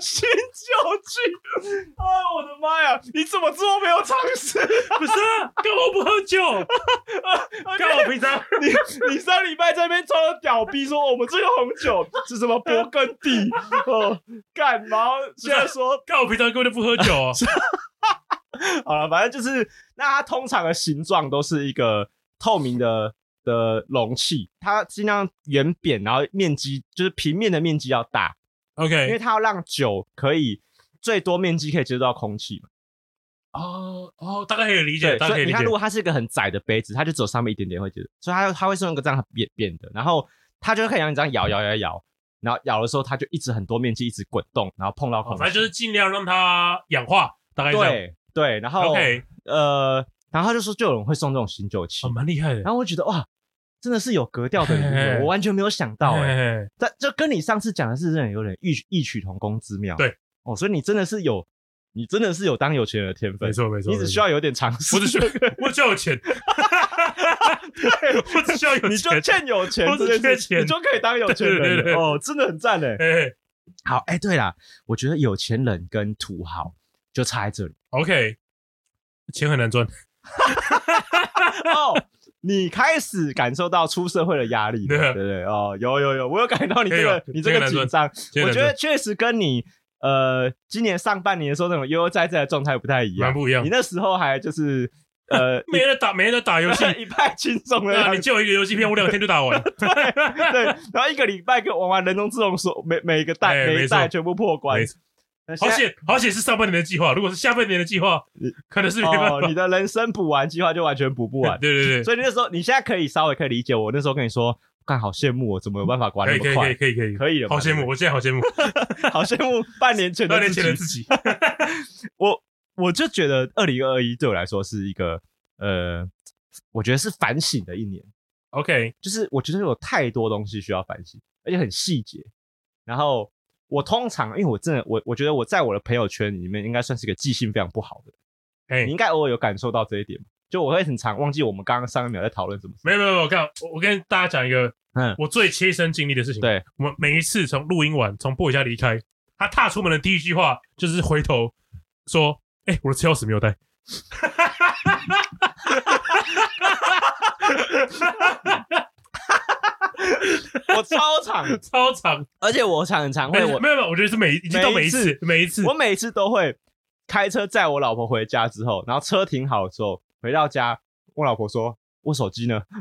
Speaker 1: 醒酒器，哎，我的妈呀！你怎么这么没有常识？
Speaker 2: 不是啊，干嘛我不喝 酒？
Speaker 1: 哦
Speaker 2: 干我平常
Speaker 1: 你你上礼拜在那边装的屌逼说哦我们这个红酒是什么勃艮第哦，干嘛？然后现在说
Speaker 2: 干我平常根本就不喝酒 哦。
Speaker 1: 好了，反正就是那它通常的形状都是一个透明的的容器，它尽量圆扁，然后面积就是平面的面积要大，因为
Speaker 2: OK，
Speaker 1: 它要让酒可以最多面积可以接触到空气嘛。
Speaker 2: 哦哦，大概可以理解，
Speaker 1: 对，
Speaker 2: 大概
Speaker 1: 所
Speaker 2: 可以
Speaker 1: 以你
Speaker 2: 理
Speaker 1: 看，
Speaker 2: 解
Speaker 1: 如。果它是一个很窄的杯子，它就只有上面一点点会接触，所以它它会是用一个这样扁扁的，然后它就会看像你这样摇摇摇摇，然后摇的时候它就一直很多面积一直滚动，然后碰到空
Speaker 2: 哦
Speaker 1: 气，
Speaker 2: 反正就是尽量让它氧化，大概这样。
Speaker 1: 对对，然后
Speaker 2: OK，
Speaker 1: 呃，然后他就说就有人会送这种醒酒器
Speaker 2: 哦，，蛮厉害的。
Speaker 1: 然后我就觉得哇，真的是有格调的礼
Speaker 2: 嘿嘿
Speaker 1: 物，
Speaker 2: 嘿
Speaker 1: 我完全没有想到 哎、欸，
Speaker 2: 嘿嘿
Speaker 1: 但就跟你上次讲的是真的有点异异曲同工之妙。
Speaker 2: 对，
Speaker 1: 哦，所以你真的是有，你真的是有当有钱人的天分
Speaker 2: 没，错没错，
Speaker 1: 你只需
Speaker 2: 要
Speaker 1: 要有点常识，
Speaker 2: 我只需要我只要 有钱，我只需要有钱，
Speaker 1: 你就欠有钱
Speaker 2: 我
Speaker 1: 这
Speaker 2: 只
Speaker 1: 件事
Speaker 2: 缺钱
Speaker 1: 你就可以当有钱人了
Speaker 2: 对对对对
Speaker 1: 哦，真的很赞 哎。
Speaker 2: 哎
Speaker 1: 好，哎、对啦，我觉得有钱人跟土豪就差在这里
Speaker 2: OK，钱很难赚，
Speaker 1: 哦。你开始感受到出社会的压力了，
Speaker 2: 对啊
Speaker 1: 对不对哦，有有有，我有感觉到你这
Speaker 2: 哎
Speaker 1: 个
Speaker 2: 呦
Speaker 1: 你这
Speaker 2: 这个
Speaker 1: 个
Speaker 2: 难
Speaker 1: 紧
Speaker 2: 赚
Speaker 1: 张，
Speaker 2: 钱
Speaker 1: 我
Speaker 2: 很难
Speaker 1: 觉得
Speaker 2: 赚
Speaker 1: 确实跟你呃今年上半年的时候那种悠悠哉哉的状态不太一样
Speaker 2: 蛮，不一样
Speaker 1: 你。那时候还就是 呃
Speaker 2: 没人打，没人打游 戏，
Speaker 1: 一一派轻松的
Speaker 2: 对啊
Speaker 1: 样
Speaker 2: 你
Speaker 1: 子，
Speaker 2: 借我一个游戏片，我两天就打完。
Speaker 1: 对，然后一个礼拜跟玩完人中之龙所每每一个代
Speaker 2: 哎
Speaker 1: 每一
Speaker 2: 没错
Speaker 1: 代全部破关
Speaker 2: 没，错
Speaker 1: 那 现
Speaker 2: 好
Speaker 1: 在
Speaker 2: 险，好险是上半年的计划，如果是下半年的计划，可能是没办法
Speaker 1: 哦，。你的人生补完计划就完全补不完，
Speaker 2: 对对对，
Speaker 1: 所以那时候你现在可以稍微可以理解我那时候跟你说，看好羡慕我哦怎么有办法玩
Speaker 2: 可
Speaker 1: 那
Speaker 2: 以可
Speaker 1: 么
Speaker 2: 以可以
Speaker 1: 快，
Speaker 2: 可以可以，
Speaker 1: 可以了吧
Speaker 2: 好羡慕，我现在好羡慕，
Speaker 1: 好羡慕半年前的
Speaker 2: 二年
Speaker 1: 自
Speaker 2: 前
Speaker 1: 己
Speaker 2: 的自己。
Speaker 1: 我我就觉得二零二一对我来说是一个呃，我觉得是反省的一年，
Speaker 2: OK，
Speaker 1: 就是我觉得有太多东西需要反省，而且很细节。然后我通常因为我真的我我觉得我在我的朋友圈里面应该算是个记性非常不好的人，
Speaker 2: 哎
Speaker 1: 你，应该偶尔有感受到这一点吧。就我会很常忘记我们刚刚上一秒在讨论什么事。
Speaker 2: 没有没有，没有我看我我跟大家讲一个
Speaker 1: 嗯，
Speaker 2: 我最切身经历的事情。
Speaker 1: 对，
Speaker 2: 我们每一次从录音完从 boy 家离开，他踏出门的第一句话就是回头说：“哎、我的车钥匙没有带。
Speaker 1: 我超常，”
Speaker 2: 超长，
Speaker 1: 而且我常很常
Speaker 2: 没
Speaker 1: 会
Speaker 2: 有
Speaker 1: 我
Speaker 2: 没有，没有我觉得是每已经到
Speaker 1: 每
Speaker 2: 每
Speaker 1: 一
Speaker 2: 一
Speaker 1: 次
Speaker 2: 次每一次
Speaker 1: 我每次都会开车载我老婆回家之后，然后车停好之后回到家，我老婆说：“我手机呢？”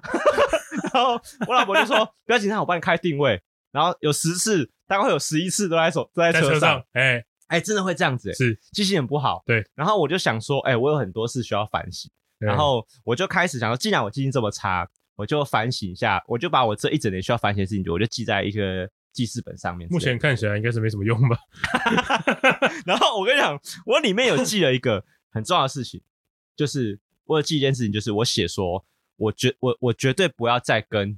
Speaker 1: 然后我老婆就说：“不要紧张，我帮你开定位。”然后有十次，大概会有十一次都在手都在
Speaker 2: 在
Speaker 1: 车
Speaker 2: 车
Speaker 1: 上
Speaker 2: 上，，哎、
Speaker 1: 哎、真的会这样子、哎
Speaker 2: 是，
Speaker 1: 记性很不好。
Speaker 2: 对，
Speaker 1: 然后我就想说，哎、我有很多事需要反省，
Speaker 2: 嗯
Speaker 1: 然后我就开始想说，既然我记性这么差，我就反省一下，我就把我这一整年需要反省的事情，我就记在一个记事本上面
Speaker 2: 哎
Speaker 1: 之类的。
Speaker 2: 目前看起来应该是没什么用吧？
Speaker 1: 然后我跟你讲，我里面有记了一个很重要的事情，就是我有记一件事情，就是我写说，我绝我我绝对不要再跟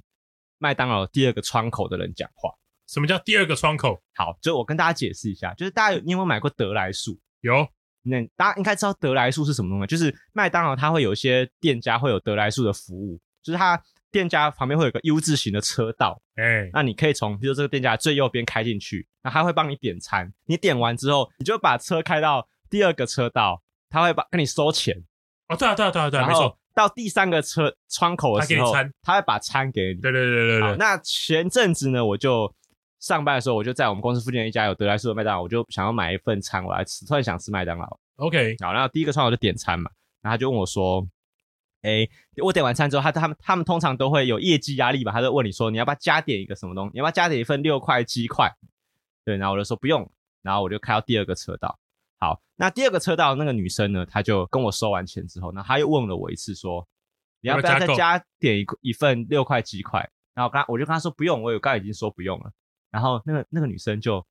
Speaker 1: 麦当劳第二个窗口的人讲话。
Speaker 2: 什么叫第二个窗口？
Speaker 1: 好，就我跟大家解释一下，就是大家有你有没有买过得来速？
Speaker 2: 有
Speaker 1: 那大家应该知道得来速是什么东西，就是麦当劳它会有一些店家会有得来速的服务，就是它店家旁边会有个 U 字形的车道，
Speaker 2: 哎，
Speaker 1: 那你可以从比如说这个店家最右边开进去，那他会帮你点餐，你点完之后，你就把车开到第二个车道，他会把跟你收钱，
Speaker 2: 哦，对啊，对啊，对啊，对啊，
Speaker 1: 然
Speaker 2: 没错
Speaker 1: 后，到第三个车窗口的时候
Speaker 2: 他给你餐，
Speaker 1: 他会把餐给你。
Speaker 2: 对对对对
Speaker 1: 好
Speaker 2: 对，
Speaker 1: 那前阵子呢，我就上班的时候，我就在我们公司附近的一家有德莱素的麦当劳，我就想要买一份餐，我来吃，突然想吃麦当劳。
Speaker 2: ，OK，
Speaker 1: 好，然后第一个窗口就点餐嘛，然后他就问我说：“哎、我点完餐之后，他他们他们通常都会有业绩压力嘛，他就问你说你要不要加点一个什么东西，你要不要加点一份六块鸡块？”对，然后我就说不用，然后我就开到第二个车道。好，那第二个车道那个女生呢，她就跟我收完钱之后，那她又问了我一次说：“你要不要
Speaker 2: 要不
Speaker 1: 再
Speaker 2: 要加购
Speaker 1: 加点一个一份六块鸡块？”然后我跟她我就跟她说不用，我有刚才已经说不用了。然后那个那个女生就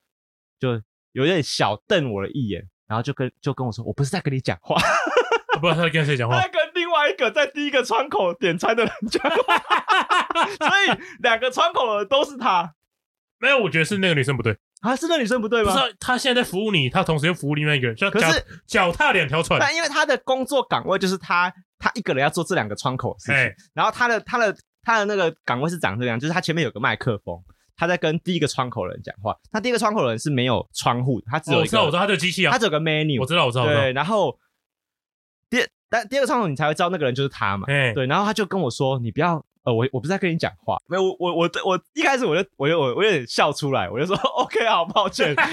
Speaker 1: 就有点小瞪我了一眼，然后就跟就跟我说：“我不是在跟你讲话。”
Speaker 2: 我啊不知道他在跟 谁讲话
Speaker 1: 他，跟另外一个在第一个窗口点餐的人讲话，所以两个窗口的都是他
Speaker 2: 没有，我觉得是那个女生不对，
Speaker 1: 啊，是那女生不对
Speaker 2: 不
Speaker 1: 吗
Speaker 2: 是？啊她现在在服务你，她同时又服务另外一个人，就
Speaker 1: 可
Speaker 2: 脚
Speaker 1: 是
Speaker 2: 脚踏两条船，
Speaker 1: 但因为他的工作岗位就是他他一个人要做这两个窗口的事情，
Speaker 2: 哎，
Speaker 1: 然后他的他的他的那个岗位是长这样，就是他前面有个麦克风，他在跟第一个窗口的人讲话，那第一个窗口的人是没有窗户的，他只
Speaker 2: 哦
Speaker 1: 有
Speaker 2: 我
Speaker 1: 一
Speaker 2: 知道，我知
Speaker 1: 个
Speaker 2: 道，她这个机器啊
Speaker 1: 他，只有个 menu，
Speaker 2: 我知道，我知道，我知道，
Speaker 1: 对，然后第但第二个窗口你才会知道那个人就是他嘛。
Speaker 2: 哎，
Speaker 1: 对，然后他就跟我说：“你不要，呃，我我不是在跟你讲话，没有，我我我我一开始我就我就我我有点笑出来，我就说哦 OK，好抱歉。但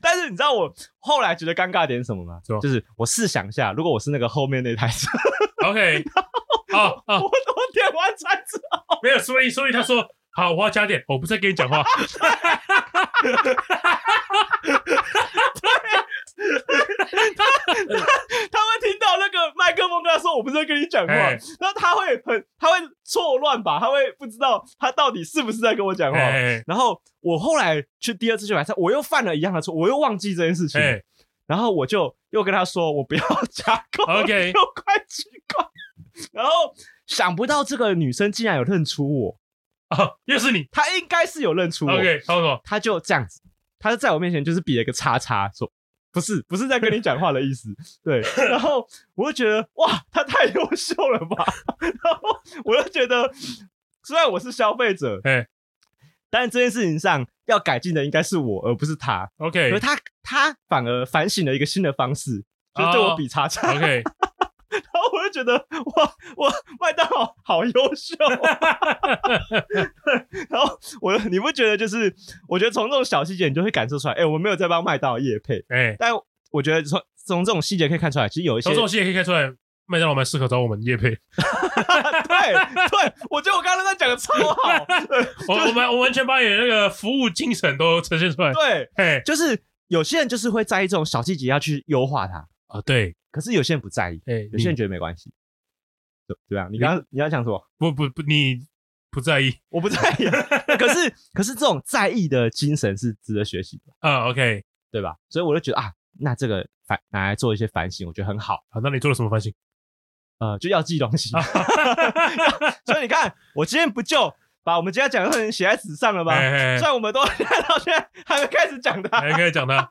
Speaker 1: 但是你知道我后来觉得尴尬的点是什么吗
Speaker 2: 什么？
Speaker 1: 就是我试想一下，如果我是那个后面那台车，
Speaker 2: ，OK，哦
Speaker 1: 我
Speaker 2: 哦，
Speaker 1: 我点完餐之后，
Speaker 2: 没有，所以所以他说好，我要加点，我不再跟你讲话。
Speaker 1: 他会听到那个麦克风跟他说我不是在跟你讲话，
Speaker 2: 哎
Speaker 1: 然后他会很他会错乱吧，他会不知道他到底是不是在跟我讲话。
Speaker 2: 哎
Speaker 1: 然后我后来去第二次去买菜，我又犯了一样的错，我又忘记这件事情。
Speaker 2: 哎
Speaker 1: 然后我就又跟他说，我不要 加购
Speaker 2: OK
Speaker 1: 六块鸡块。然后想不到这个女生竟然有认出我，
Speaker 2: 哦，又是你。
Speaker 1: 她应该是有认出我，
Speaker 2: OK，好什么？
Speaker 1: 她就这样子，她就在我面前就是比了一个叉叉，说不是不是在跟你讲话的意思， 对。然后我就觉得哇，她太优秀了吧，然后我就觉得虽然我是消费者，
Speaker 2: 哎
Speaker 1: 但这件事情上要改进的应该是我，而不是她。
Speaker 2: ，OK
Speaker 1: 可是他他反而反省了一个新的方式，就是对
Speaker 2: 哦
Speaker 1: 我比叉叉，然
Speaker 2: OK，
Speaker 1: 后我就觉得哇，我麦当劳好优秀、啊， 对然后我你不觉得就是，我觉得从这种小细节你就会感受出来，哎、我没有在帮麦当劳业配，
Speaker 2: 哎，
Speaker 1: 但我觉得从从这种细节可以看出来，其实有一些
Speaker 2: 从这种戏也可以看出来，麦当劳蛮适合找我们 叶配。
Speaker 1: 对对，我觉得我刚刚在讲的超好，对
Speaker 2: 我我们我完全把你的那个服务精神都呈现出来。
Speaker 1: 对，
Speaker 2: 哎
Speaker 1: 就是有些人就是会在意这种小细节要去优化它，
Speaker 2: 啊，对，
Speaker 1: 可是有些人不在意，
Speaker 2: 哎，
Speaker 1: 有些人觉得没关系，对对啊，你刚刚你要讲什么？
Speaker 2: 不不不，你不在意
Speaker 1: 我不在意。啊 可是可是这种在意的精神是值得学习的，
Speaker 2: 啊？OK，
Speaker 1: 对吧？所以我就觉得啊，那这个反拿来做一些反省，我觉得很好。
Speaker 2: 好，那你做了什么反省？
Speaker 1: 呃，就要记东 西。 所以你看，我今天不就把我们今天讲的事情写在纸上了吗？
Speaker 2: 哎哎
Speaker 1: 虽然我们都 到现在还没开始讲它，
Speaker 2: 哎，可以讲他。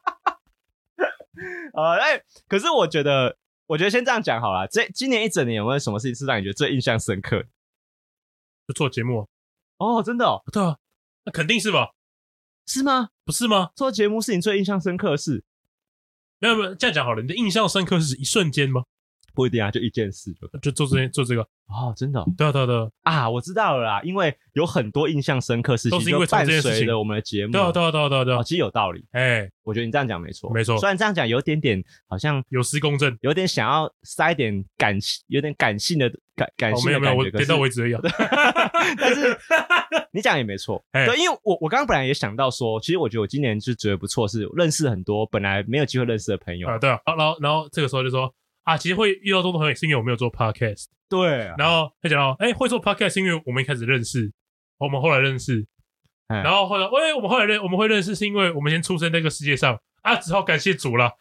Speaker 1: 呃，哎、可是我觉得，我觉得先这样讲好了。这今年一整年有没有什么事情是让你觉得最印象深刻的？
Speaker 2: 就做节目，啊
Speaker 1: 哦，真的哦，
Speaker 2: 对啊，那肯定是吧？
Speaker 1: 是吗？
Speaker 2: 不是吗？
Speaker 1: 做节目是你最印象深刻的事？
Speaker 2: 没有没有，这样讲好了。你的印象深刻是一瞬间吗？
Speaker 1: 不一定啊，就一件事就可以。
Speaker 2: 就做这件做这个，
Speaker 1: 哦，真的、哦。
Speaker 2: 对啊对啊对啊
Speaker 1: 啊，我知道了啦，因为有很多印象深刻事情
Speaker 2: 都是因为
Speaker 1: 就伴
Speaker 2: 从这件事
Speaker 1: 随
Speaker 2: 情
Speaker 1: 着我们的节目，
Speaker 2: 对啊对啊对啊对啊对啊
Speaker 1: 哦，，其实有道理，
Speaker 2: 哎，
Speaker 1: 我觉得你这样讲没错，
Speaker 2: 没错
Speaker 1: 虽然这样讲有点点好像
Speaker 2: 有失公正。
Speaker 1: 有点想要塞一点感性，有点感性的感感
Speaker 2: 哦，
Speaker 1: 性
Speaker 2: 没
Speaker 1: 的
Speaker 2: 有没有，
Speaker 1: 感
Speaker 2: 我
Speaker 1: 觉，可
Speaker 2: 点
Speaker 1: 是
Speaker 2: 到为止而已啊。
Speaker 1: 但是你讲也没错，
Speaker 2: 哎
Speaker 1: 对，因为我我刚刚本来也想到说，其实我觉得我今年就觉得不错，是认识很多本来没有机会认识的朋友，
Speaker 2: 啊，对啊，然后然后这个时候就说啊，其实会遇到这种朋友也是因为我没有做 podcast，
Speaker 1: 对啊，
Speaker 2: 然后他讲到，哎，会做 podcast 是因为我们一开始认识，我们后来认识，
Speaker 1: 哎
Speaker 2: 然后后来，哎，我们后来认我们会认识是因为我们先出生在这个世界上啊，只好感谢主了。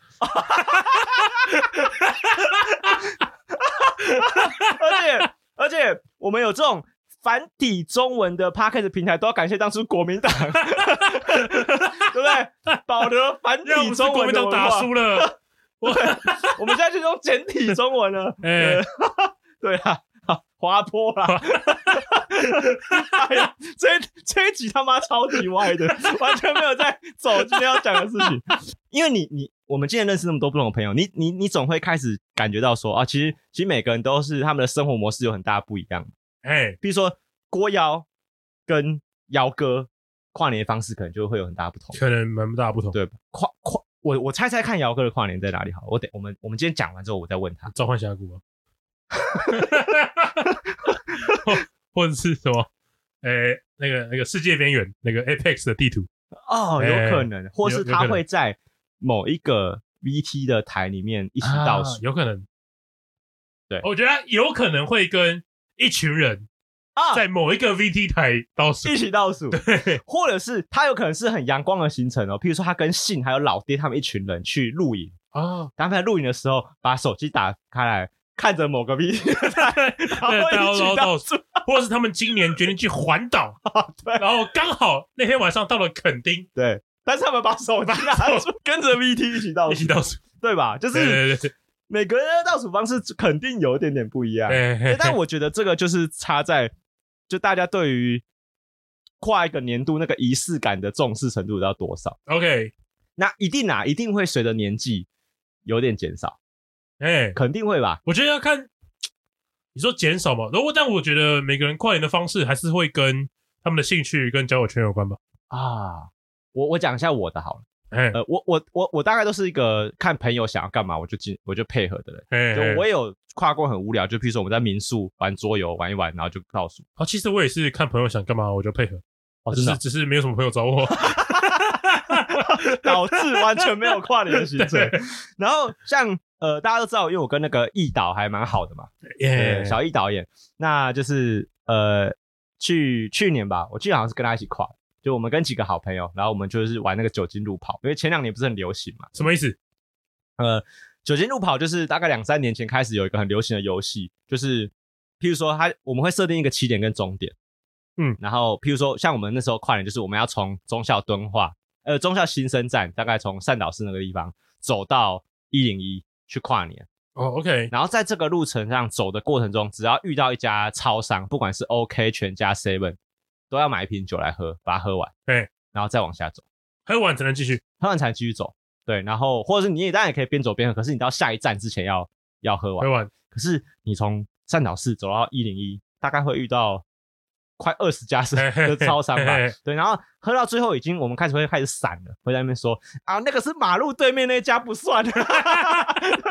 Speaker 1: 而且而且我们有这种繁体中文的 p a c k a g e 平台，都要感谢当初国民党，对不对？保留繁
Speaker 2: 要
Speaker 1: 体
Speaker 2: 不是
Speaker 1: 中
Speaker 2: 国
Speaker 1: 文
Speaker 2: 民
Speaker 1: 的
Speaker 2: 党
Speaker 1: 文
Speaker 2: 打
Speaker 1: 化，
Speaker 2: 输了，
Speaker 1: 我们现在就用简体中文了。
Speaker 2: 哎
Speaker 1: 对啊，滑坡啦。哎呀，这一这一集他妈超级歪的，完全没有在走今天要讲的事情。因为你你我们今天认识那么多不同的朋友，你你你总会开始感觉到说啊，其实其实每个人都是他们的生活模式有很大不一样。
Speaker 2: 哎，
Speaker 1: 比如说郭瑶跟姚哥跨年的方式可能就会有很大不同。
Speaker 2: 可能蛮大不同。
Speaker 1: 对，跨跨我我猜猜看姚哥的跨年在哪里好了？我得我们我们今天讲完之后，我再问他。
Speaker 2: 召唤峡 谷啊，或或者是什么？哎、那个那个世界边缘那个 Apex 的地图，
Speaker 1: 哦，
Speaker 2: 哎
Speaker 1: 有可能，或是
Speaker 2: 有可
Speaker 1: 他
Speaker 2: 能
Speaker 1: 会在某一个 VT 的台里面一
Speaker 2: 一
Speaker 1: 起倒数
Speaker 2: 啊有可能。
Speaker 1: 对
Speaker 2: 我觉得他有可能会跟一群人
Speaker 1: 啊，
Speaker 2: 在某一个 VT 台倒数
Speaker 1: 一。起倒数， 或者是他有可能是很阳光的行程哦，譬如说他跟信还有老爹他们一群人去露营，
Speaker 2: 啊，
Speaker 1: 他们在露营的时候把手机打开来。看着某个 VT 的 台，然后
Speaker 2: 对
Speaker 1: 一起
Speaker 2: 倒
Speaker 1: 倒
Speaker 2: 倒
Speaker 1: 数，
Speaker 2: 或者是他们今年决定去环岛，
Speaker 1: 对
Speaker 2: 然后刚好那天晚上到了垦丁，
Speaker 1: 对。但是他们把手机拿出，跟着 VT 一起倒
Speaker 2: 一起
Speaker 1: 数，
Speaker 2: 倒数。
Speaker 1: 对吧？就
Speaker 2: 对
Speaker 1: 是
Speaker 2: 对对
Speaker 1: 每个人的倒数方式肯定有一点点不一样。
Speaker 2: 对
Speaker 1: 对
Speaker 2: 哎嘿，
Speaker 1: 但
Speaker 2: 嘿
Speaker 1: 我觉得这个就是差在，就大家对于跨一个年度那个仪式感的重视程度到多少。
Speaker 2: OK，
Speaker 1: 那一定啊，一定会随着年纪有点减少，
Speaker 2: 哎，
Speaker 1: 肯定会吧？
Speaker 2: 我觉得要看你说减少嘛，如果但我觉得每个人跨年的方式还是会跟他们的兴趣跟交友圈有关吧。
Speaker 1: 啊，我我讲一下我的好了。
Speaker 2: 哎
Speaker 1: 呃，我我我我大概都是一个看朋友想要干嘛我就进我就配合的人。
Speaker 2: 哎，
Speaker 1: 就
Speaker 2: 哎
Speaker 1: 我也有跨过很无聊，就譬如说我们在民宿玩桌游玩一玩，然后就倒数。
Speaker 2: 哦，其实我也是看朋友想干嘛我就配合，
Speaker 1: 哦，
Speaker 2: 只
Speaker 1: 真的
Speaker 2: 是
Speaker 1: 哦，
Speaker 2: 只是没有什么朋友找我。
Speaker 1: 导致完全没有跨年的行程
Speaker 2: 对。
Speaker 1: 然后像呃，大家都知道，因为我跟那个易导还蛮好的嘛，
Speaker 2: 耶
Speaker 1: 对，，小易导演，那就是呃，去去年吧，我记得好像是跟他一起跨，就我们跟几个好朋友，然后我们就是玩那个酒精路跑，因为前两年不是很流行嘛，
Speaker 2: 什么意思？
Speaker 1: 呃，酒精路跑就是大概两三年前开始有一个很流行的游戏，就是譬如说它我们会设定一个起点跟终点，
Speaker 2: 嗯，
Speaker 1: 然后譬如说像我们那时候跨年，就是我们要从中校敦化，呃，中校新生站，大概从善导寺那个地方走到一零一去跨年。
Speaker 2: 哦，OK，
Speaker 1: 然后在这个路程上走的过程中，只要遇到一家超商，不管是 OK、全家、Seven，都要买一瓶酒来喝，把它喝完，
Speaker 2: 对，
Speaker 1: 然后再往下走，
Speaker 2: 喝完才能继续。
Speaker 1: 喝完才继续走，对，然后或者是你也当然也可以边走边喝，可是你到下一站之前要要喝
Speaker 2: 喝
Speaker 1: 完，
Speaker 2: 完，
Speaker 1: 可是你从善导寺走到一零一，大概会遇到快二十 家是
Speaker 2: 嘿嘿嘿
Speaker 1: 的超商吧
Speaker 2: 嘿嘿，
Speaker 1: 对，然后喝到最后已经我们开始会开始散了，会在那边说啊，那个是马路对面那家不 算，你就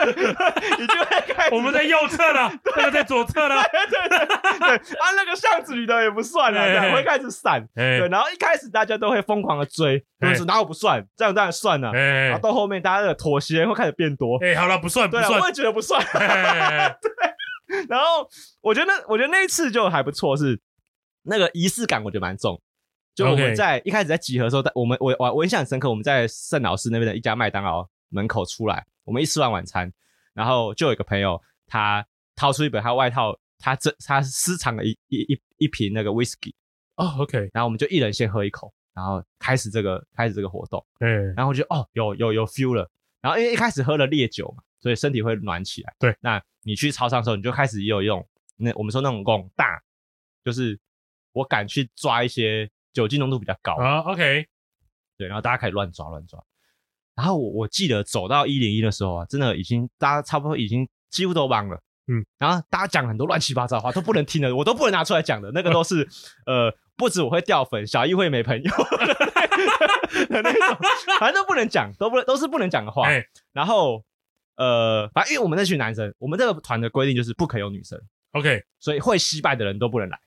Speaker 1: 会开始
Speaker 2: 我们在右侧了，那个在左侧了。
Speaker 1: 对对对，啊，那个巷子里的也不算了，
Speaker 2: 哎
Speaker 1: 这样
Speaker 2: 哎
Speaker 1: 会开始闪。
Speaker 2: 哎
Speaker 1: 对，然后一开始大家都会疯狂的追，就是哪有不算，这样当然算了。然
Speaker 2: 哎
Speaker 1: 后到后面大家的妥协会开始变多，
Speaker 2: 哎，好了，不算不
Speaker 1: 对啊，
Speaker 2: 算
Speaker 1: 我。也觉得不算。
Speaker 2: 嘿嘿嘿嘿
Speaker 1: 然后我觉得那我觉得那一次就还不错，是那个仪式感，我觉得蛮重。就我
Speaker 2: OK
Speaker 1: 们在一开始在集合的时候，在我们我我我印象很深刻，我们在圣老师那边的一家麦当劳门口出来，我们一吃完晚餐，然后就有一个朋友他掏出一本他外套，他这他私藏了一一一一瓶那个 whisky，
Speaker 2: 哦，OK，
Speaker 1: 然后我们就一人先喝一口，然后开始这个开始这个活动，
Speaker 2: 哎，
Speaker 1: 然后我就哦有有有 feel 了，然后因为一开始喝了烈酒嘛，所以身体会暖起来。
Speaker 2: 对，
Speaker 1: 那你去超商的时候，你就开始也有用那我们说那种拱大，就是我敢去抓一些酒精浓度比较高的，
Speaker 2: 啊，OK，
Speaker 1: 对，然后大家开始乱抓乱抓。然后我我记得走到一零一的时候啊，真的已经大家差不多已经几乎都忘了，
Speaker 2: 嗯，
Speaker 1: 然后大家讲很多乱七八糟的话都不能听的，我都不能拿出来讲的，那个都是呃，不止我会掉粉，小易会没朋 友的那种，反正都不能讲，都不都是不能讲的话。
Speaker 2: 哎
Speaker 1: 然后呃，反正因为我们那群男生，我们这个团的规定就是不可以有女生，
Speaker 2: ，OK，
Speaker 1: 所以会惜败的人都不能来，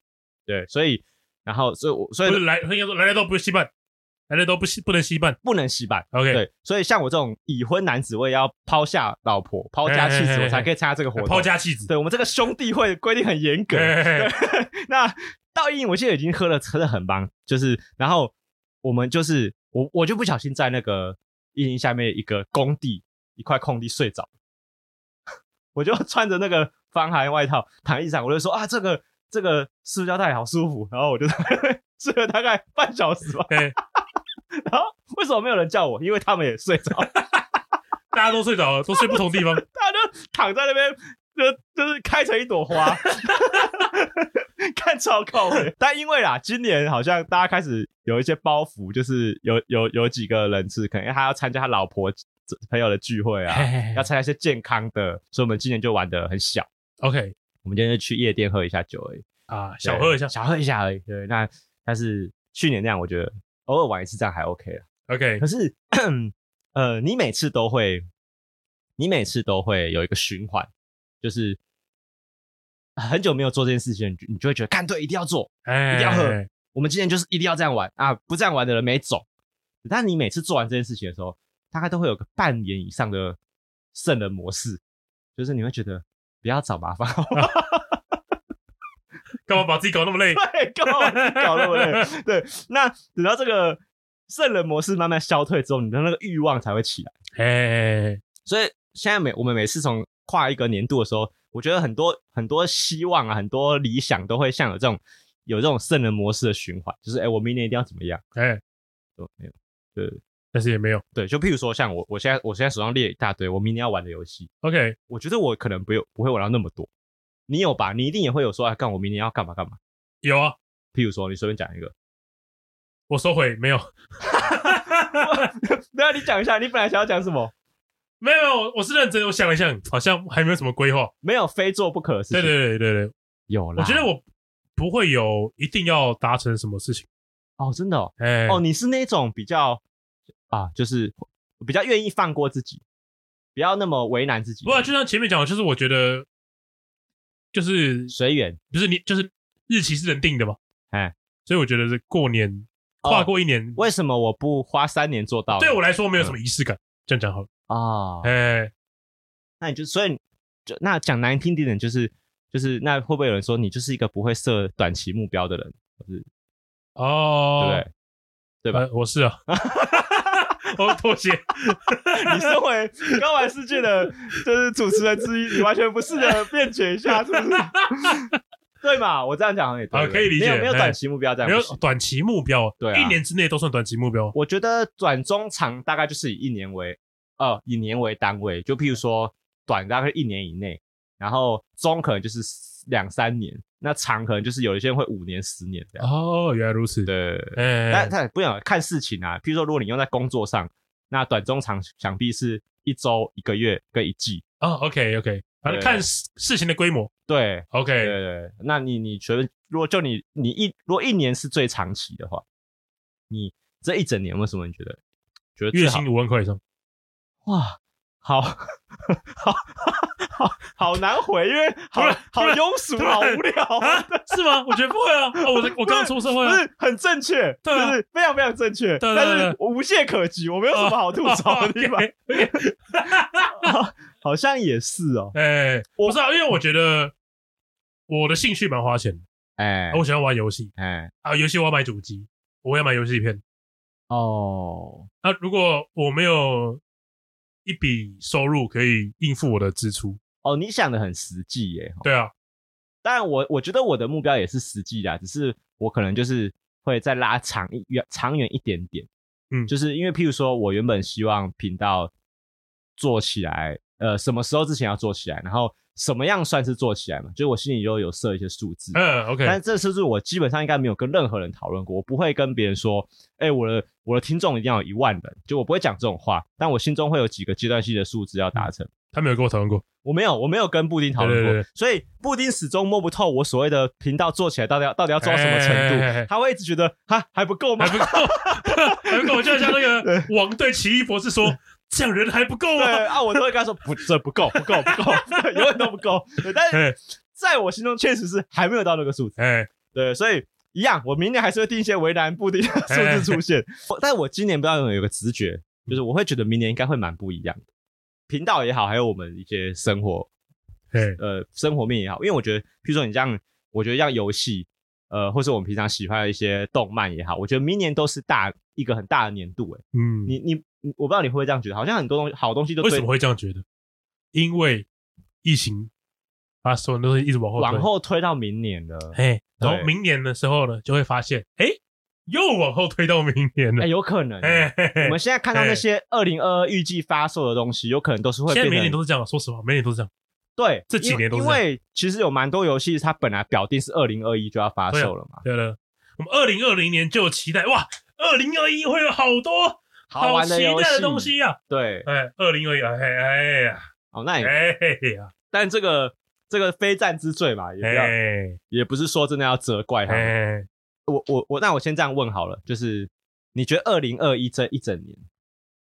Speaker 1: 对，所以然后所以我所
Speaker 2: 不
Speaker 1: 以
Speaker 2: 是来，应该说来来都不稀饭，来来都不稀不能稀饭。
Speaker 1: 不能惜败。
Speaker 2: OK，
Speaker 1: 对，所以像我这种已婚男子，我也要抛下老婆、抛家弃
Speaker 2: 哎哎
Speaker 1: 子，
Speaker 2: 哎
Speaker 1: 我才可以参加这个活动。
Speaker 2: 抛，家弃子。
Speaker 1: 对我们这个兄弟会规定很严格。
Speaker 2: 哎哎哎
Speaker 1: 那到一，我记得已经喝了，喝的很棒，就是然后我们就是我我就不小心在那个一零下面一个工地一块空地睡着了，我就穿着那个防寒外套躺地上，我就说啊，这个这个塑胶袋好舒服，然后我就 睡了大概半小时吧。
Speaker 2: 哎
Speaker 1: 然后为什么没有人叫我？因为他们也睡着了。
Speaker 2: 大家都睡着了，都睡不同地方。
Speaker 1: 他就躺在那边就就是开成一朵花， 看超靠北。但因为啦，今年好像大家开始有一些包袱，就是有有有几个人是可能他要参加他老婆朋友的聚会啊，要参加一些健康的，所以我们今年就玩的很小。
Speaker 2: OK
Speaker 1: 我们今天就去夜店喝一下酒而已，
Speaker 2: 啊，小喝一下
Speaker 1: 对小喝一下而已。对，那但是去年那样，我觉得偶尔玩一次这样还 OK 了。
Speaker 2: ，OK
Speaker 1: 可是，呃，你每次都会，你每次都会有一个循环，就是很久没有做这件事情，你就你就会觉得干对，一定要做。
Speaker 2: 哎，
Speaker 1: 一定要喝我们今天就是一定要这样玩啊，不这样玩的人没种。但你每次做完这件事情的时候，大概都会有个半年以上的圣人模式，就是你会觉得不要找麻烦，好吗？
Speaker 2: 干嘛把自己搞那么 累？
Speaker 1: 对，搞搞那么累。对，那等到这个圣人模式慢慢消退之后，你的那个欲望才会起来。
Speaker 2: 哎，
Speaker 1: 所以现在每我们每次从跨一个年度的时候，我觉得很多很多希望啊，很多理想都会像有这种有这种圣人模式的循环，就是哎、诶我明年一定要怎么样，
Speaker 2: 哎，
Speaker 1: 都没有。对
Speaker 2: 但是也没有
Speaker 1: 对，就譬如说像我，我现在我现在手上列一大堆我明年要玩的游戏，
Speaker 2: OK，
Speaker 1: 我觉得我可能不用不会玩到那么多。你有吧？你一定也会有说，哎、干我明年要干嘛干嘛。
Speaker 2: 有啊，
Speaker 1: 譬如说，你随便讲一个，
Speaker 2: 我收回没有，
Speaker 1: 那你讲一下，你本来想要讲什么？
Speaker 2: 没有没有，我我是认真，我想了一想，好像还没有什么规划。
Speaker 1: 没有非做不可的事
Speaker 2: 对
Speaker 1: 情。对，
Speaker 2: 对对对对，
Speaker 1: 有啦。
Speaker 2: 我觉得我不会有一定要达成什么事情。
Speaker 1: 哦，真的哦，
Speaker 2: 哎，
Speaker 1: 哦，你是那种比较啊，就是比较愿意放过自己，不要那么为难自己
Speaker 2: 不，过就像前面讲的，就是我觉得，就是
Speaker 1: 随缘。
Speaker 2: 不是你就是日期是人定的嘛，
Speaker 1: 哎，
Speaker 2: 所以我觉得是过年跨过一年，
Speaker 1: 为什么我不花三年做到呢？
Speaker 2: 对我来说没有什么仪式感。这样讲好了，
Speaker 1: 啊、
Speaker 2: 哎，
Speaker 1: 那你就所以就那讲难听点，就是就是那会不会有人说你就是一个不会设短期目标的人，对不
Speaker 2: 哦，
Speaker 1: 对？对吧
Speaker 2: 呃我 是啊，我妥协。
Speaker 1: 你身为刚玩世界的，就是主持人之一，你完全不是的辩解一下，是不 是？对嘛？我这样讲好像也对
Speaker 2: 啊可以理解
Speaker 1: 没有没有
Speaker 2: 哎
Speaker 1: 短期目标这样
Speaker 2: 没
Speaker 1: 不
Speaker 2: 有
Speaker 1: 行。
Speaker 2: 短期目标，
Speaker 1: 对啊
Speaker 2: 一年之内都算短期目标。
Speaker 1: 我觉得短中长大概就是以一年为呃以年为单位，就譬如说短大概一年以内，然后中可能就是两三年，那长可能就是有一些人会五年、十年这样。
Speaker 2: 哦，原来如此。，
Speaker 1: 对，
Speaker 2: 哎
Speaker 1: 但，但不一样，看事情啊。譬如说，如果你用在工作上，那短中长想必是一周、一个月跟一季。
Speaker 2: 哦，OK，OK，反正
Speaker 1: 对
Speaker 2: 看事事情的规模。
Speaker 1: 对，对
Speaker 2: OK，
Speaker 1: 对，对那你你觉得，如果就你你一如果一年是最长期的话，你这一整年有没有什么你觉得觉得最
Speaker 2: 月
Speaker 1: 好
Speaker 2: 薪五万块以上。
Speaker 1: 哇，好 好好好难回，因为好
Speaker 2: 突然
Speaker 1: 好
Speaker 2: 突然
Speaker 1: 庸俗，
Speaker 2: 突然
Speaker 1: 好无
Speaker 2: 啊
Speaker 1: 聊，，
Speaker 2: 是吗？我觉得不会啊，哦、我的我刚刚出社会
Speaker 1: 不
Speaker 2: 啊，
Speaker 1: 是很正确，
Speaker 2: 对啊
Speaker 1: 就是非常非常正确，
Speaker 2: 对对
Speaker 1: 但是
Speaker 2: 对哦
Speaker 1: 我无懈可击，我没有什么好吐槽的地 方，好像也是哦，
Speaker 2: 哎，我不知道，因为我觉得我的兴趣蛮花钱的，
Speaker 1: 哎
Speaker 2: 啊我喜欢玩游戏
Speaker 1: 哎
Speaker 2: 啊，游戏我要买主机，我要买游戏片。
Speaker 1: 哦，
Speaker 2: 那、如果我没有一笔收入可以应付我的支出，
Speaker 1: 哦，你想的很实际耶，哦
Speaker 2: 对啊，
Speaker 1: 当然我，我觉得我的目标也是实际的啊，只是我可能就是会再拉长一远长远一点点。
Speaker 2: 嗯
Speaker 1: 就是因为譬如说，我原本希望频道做起来，呃，什么时候之前要做起来，然后什么样算是做起来嘛？就是我心里都有设一些数字，
Speaker 2: 嗯，OK，
Speaker 1: 但是这次是我基本上应该没有跟任何人讨论过，我不会跟别人说，哎、我的我的听众一定要有一万人，就我不会讲这种话，但我心中会有几个阶段性的数字要
Speaker 2: 嗯
Speaker 1: 达成。
Speaker 2: 他没有跟我讨 论过，
Speaker 1: 我没有，我没有跟布丁讨论过，
Speaker 2: 对对对
Speaker 1: 所以布丁始终摸不透我所谓的频道做起来到底要到底要做到什么程度，
Speaker 2: 哎哎哎哎
Speaker 1: 他会一直觉得哈还不够吗
Speaker 2: 还？不够，还不够，就好像那 个
Speaker 1: 对
Speaker 2: 王对奇异博士说，这样人还不够
Speaker 1: 对
Speaker 2: 啊，
Speaker 1: 啊，我都会跟他说不，这不够，不够，不够， 对永远都不够。对但是
Speaker 2: 哎
Speaker 1: 在我心中确实是还没有到那个数字，
Speaker 2: 哎，
Speaker 1: 对，所以一样，我明年还是会定一些为难布丁的数字出
Speaker 2: 哎
Speaker 1: 现。我 但我今年不知道有没有有个直觉，就是我会觉得明年应该会蛮不一样的，频道也好，还有我们一些生活
Speaker 2: 哎
Speaker 1: 呃生活面也好，因为我觉得，譬如说你这样，我觉得像游戏，呃，或是我们平常喜欢的一些动漫也好，我觉得明年都是大一个很大的年度、欸。
Speaker 2: 嗯，
Speaker 1: 你你你我不知道你会不会这样觉得，好像很多东西好东西都
Speaker 2: 为
Speaker 1: 堆
Speaker 2: 什么会这样觉得？因为疫情把所有东西一直往后推
Speaker 1: 往，后推到明年了。
Speaker 2: 哎，然后
Speaker 1: 对
Speaker 2: 明年的时候呢，就会发现，哎，又往后推到明年
Speaker 1: 哎、
Speaker 2: 了，
Speaker 1: 有可能、
Speaker 2: 哎，嘿嘿
Speaker 1: 我们现在看到那些二零二二预计发售的东西，有可能都是会
Speaker 2: 现在
Speaker 1: 变
Speaker 2: 每
Speaker 1: 成
Speaker 2: 年都是这样，说实话，每年都是这样，
Speaker 1: 对，
Speaker 2: 这几
Speaker 1: 因为
Speaker 2: 年都是
Speaker 1: 因
Speaker 2: 这样
Speaker 1: 为其实有蛮多游戏它本来表定是二零二一就要发
Speaker 2: 对啊
Speaker 1: 售了嘛，
Speaker 2: 对了，我们二零二零年就有期待哇，二零二一会有好多
Speaker 1: 好玩
Speaker 2: 期
Speaker 1: 的游
Speaker 2: 待的
Speaker 1: 戏
Speaker 2: 东西啊！
Speaker 1: 对，
Speaker 2: 哎，二零二一，哎哎呀，
Speaker 1: 哦，那也
Speaker 2: 哎呀，
Speaker 1: 但这个这个非战之罪嘛，也不要、
Speaker 2: 哎
Speaker 1: 也不是说真的要责怪他们。
Speaker 2: 哎，
Speaker 1: 我我我，那我先这样问好了，就是你觉得二零二一这一整年，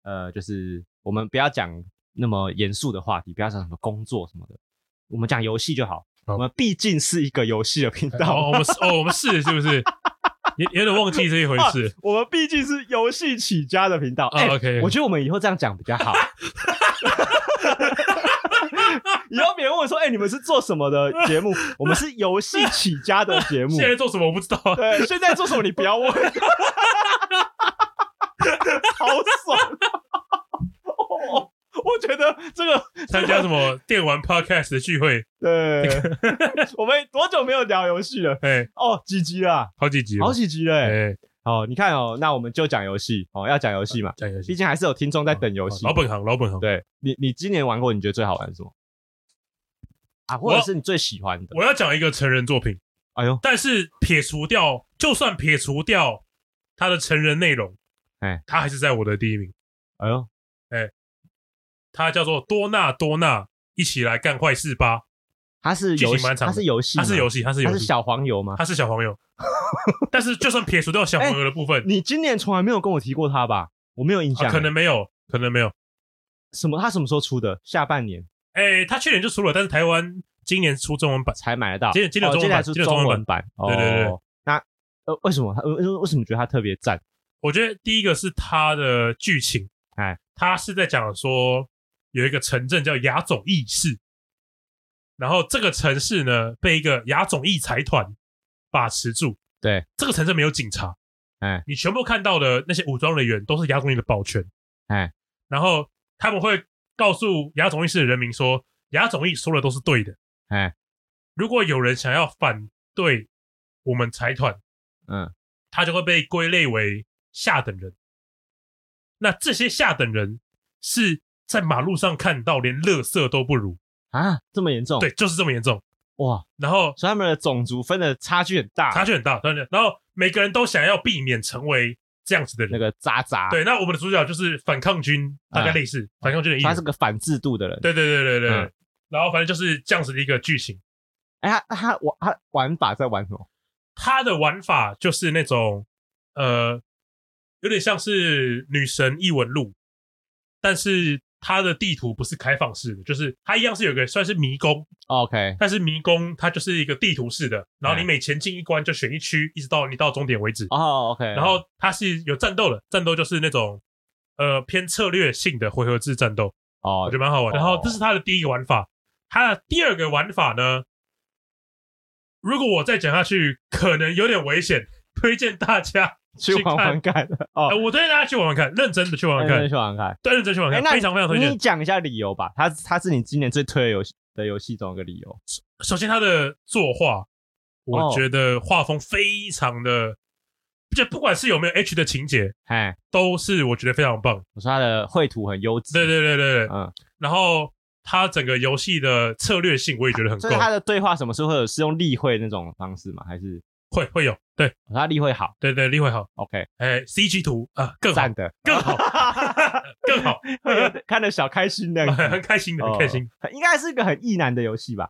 Speaker 1: 呃，就是我们不要讲那么严肃的话题，不要讲什么工作什么的，我们讲游戏就好。
Speaker 2: 好
Speaker 1: 我们毕竟是一个游戏的频道，
Speaker 2: 哦，我们是哦，我们是是不是？有有点忘记这一回 事
Speaker 1: 我们毕竟是游戏起家的频道。
Speaker 2: 啊
Speaker 1: 哎、
Speaker 2: ，OK
Speaker 1: 我觉得我们以后这样讲比较 好。以后别人问说：“哎、你们是做什么的节目？”我们是游戏起家的节目。
Speaker 2: 现在做什么我不知道 啊。
Speaker 1: 对，现在做什么你不要 问，好爽、哦！我觉得这个
Speaker 2: 参加什么电玩 podcast 的聚会？
Speaker 1: 对， 我们多久没有聊游戏了？
Speaker 2: 哎，
Speaker 1: 哦，几集啦，
Speaker 2: 好几集了
Speaker 1: 好，几集了、欸。
Speaker 2: 哎，
Speaker 1: 好，你看哦，那我们就讲游戏哦，要讲游戏嘛，
Speaker 2: 讲游
Speaker 1: 毕
Speaker 2: 戏，哦
Speaker 1: 竟还是有听众在等游戏。
Speaker 2: 老本行，老本行。
Speaker 1: 对你，你今年玩过你觉得最好玩的是什么？啊，或者
Speaker 2: 我
Speaker 1: 是你最喜欢的？
Speaker 2: 我要讲一个成人作品，
Speaker 1: 哎呦，
Speaker 2: 但是撇除掉，就算撇除掉它的成人内容，
Speaker 1: 哎，
Speaker 2: 它还是在我的第一名。
Speaker 1: 哎呦，
Speaker 2: 它叫做多纳多纳，一起来干坏事吧。
Speaker 1: 它是游
Speaker 2: 剧
Speaker 1: 戏
Speaker 2: 情，蛮长
Speaker 1: 它
Speaker 2: 的
Speaker 1: 是游戏
Speaker 2: 它
Speaker 1: 吗，
Speaker 2: 是游戏，它是
Speaker 1: 它
Speaker 2: 游
Speaker 1: 是
Speaker 2: 戏，
Speaker 1: 小黄油吗？
Speaker 2: 它是小黄油。但是就算撇除掉 小黄油的部 分，
Speaker 1: 哎你今年从来没有跟我提过他吧？我没有印象、欸
Speaker 2: 啊可能没有，可能没有。
Speaker 1: 什么？他什么时候出的？下半年
Speaker 2: 哎，它去年就出了，但是台湾今年出中文版，
Speaker 1: 才买得到。
Speaker 2: 今年今年
Speaker 1: 哦
Speaker 2: 有中文版
Speaker 1: 还出
Speaker 2: 今年有中文
Speaker 1: 文版。
Speaker 2: 对对对
Speaker 1: 哦。那呃，为什么他呃为什么觉得他特别赞？
Speaker 2: 我觉得第一个是它的剧情，
Speaker 1: 哎，
Speaker 2: 它是在讲说有一个城镇叫雅总义市，然后这个城市呢被一个雅总义财团把持住。
Speaker 1: 对，
Speaker 2: 这个城镇没有警察，
Speaker 1: 哎，
Speaker 2: 你全部看到的那些武装人员都是雅总义的保全，
Speaker 1: 哎，
Speaker 2: 然后他们会告诉雅总义市的人民说，雅总义说的都是对的，
Speaker 1: 哎，
Speaker 2: 如果有人想要反对我们财团，
Speaker 1: 嗯，
Speaker 2: 他就会被归类为下等人。那这些下等人是在马路上看到连垃圾都不如，
Speaker 1: 啊，这么严重？
Speaker 2: 对，就是这么严重。
Speaker 1: 哇，
Speaker 2: 然后
Speaker 1: 所以他们的种族分的差距很大。
Speaker 2: 差距很大，差距很大然后每个人都想要避免成为这样子的
Speaker 1: 那
Speaker 2: 人。
Speaker 1: 个渣渣，，
Speaker 2: 对，那我们的主角就是反抗军，大概
Speaker 1: 嗯
Speaker 2: 类似反抗军的意
Speaker 1: 他
Speaker 2: 思
Speaker 1: 是。个反制度的人。
Speaker 2: 对对对对对
Speaker 1: 嗯
Speaker 2: 对。然后反正就是这样子的一个剧情。
Speaker 1: 哎，他他玩他玩法在玩什么？
Speaker 2: 它的玩法就是那种呃，有点像是女神异闻录，但是它的地图不是开放式的，就是它一样是有个算是迷宫，
Speaker 1: 哦？OK，
Speaker 2: 但是迷宫它就是一个地图式的，然后
Speaker 1: 嗯
Speaker 2: 你每前进一关就选一区，一直到你到终点为止。
Speaker 1: 哦，OK，
Speaker 2: 然后它是有战斗的，战斗就是那种呃偏策略性的回合制战斗，
Speaker 1: 哦
Speaker 2: 我觉得蛮好玩。然后这是它的第一个玩法，它的第二个玩法呢，如果我再讲下去，可能有点危险， 推荐大家，
Speaker 1: 去
Speaker 2: 去
Speaker 1: 玩
Speaker 2: 看
Speaker 1: 玩 看哦
Speaker 2: 呃，，我推荐大家去玩玩看，认真的去玩玩
Speaker 1: 认真
Speaker 2: 看
Speaker 1: 去，玩玩看。
Speaker 2: 对，认真去玩
Speaker 1: 哎
Speaker 2: 玩，
Speaker 1: 那
Speaker 2: 看，非常非常推
Speaker 1: 你
Speaker 2: 荐。
Speaker 1: 讲一下理由吧，它它是你今年最推的游戏的游戏中有个理由。
Speaker 2: 首先，它的作
Speaker 1: 哦
Speaker 2: 画，我觉得画风非常的，就不管是有没有 H 的情节，
Speaker 1: 哎，
Speaker 2: 都是我觉得非常棒。
Speaker 1: 我说它的绘图很优质，
Speaker 2: 对对对对对，
Speaker 1: 嗯，
Speaker 2: 然后它整个游戏的策略性我也觉得很够
Speaker 1: 啊所以，它的对话什么时候有是用例会那种方式吗？还是
Speaker 2: 会会有，对
Speaker 1: 哦它例会好
Speaker 2: 对对，例会好，
Speaker 1: ？OK，
Speaker 2: 哎，CG 图啊更好
Speaker 1: 赞， 的，
Speaker 2: 更好，更好，
Speaker 1: 会有点看得小开心 那样
Speaker 2: 很
Speaker 1: 子，
Speaker 2: 开心的，很开心。
Speaker 1: 哦，应该是一个很意难的游戏吧？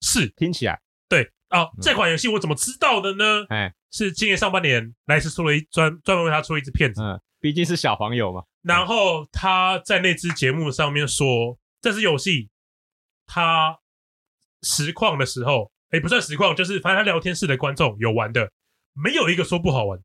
Speaker 2: 是
Speaker 1: 听起来，
Speaker 2: 对啊，这款游戏我怎么知道的呢？
Speaker 1: 嗯哎，
Speaker 2: 是今年上半年莱斯出了一专专门为他出一支片子，
Speaker 1: 嗯，毕竟是小黄友嘛，
Speaker 2: 然后他在那支节目上面说，这支游戏他实况的时候，哎，不算实况，就是反正他聊天室的观众有玩的，没有一个说不好玩，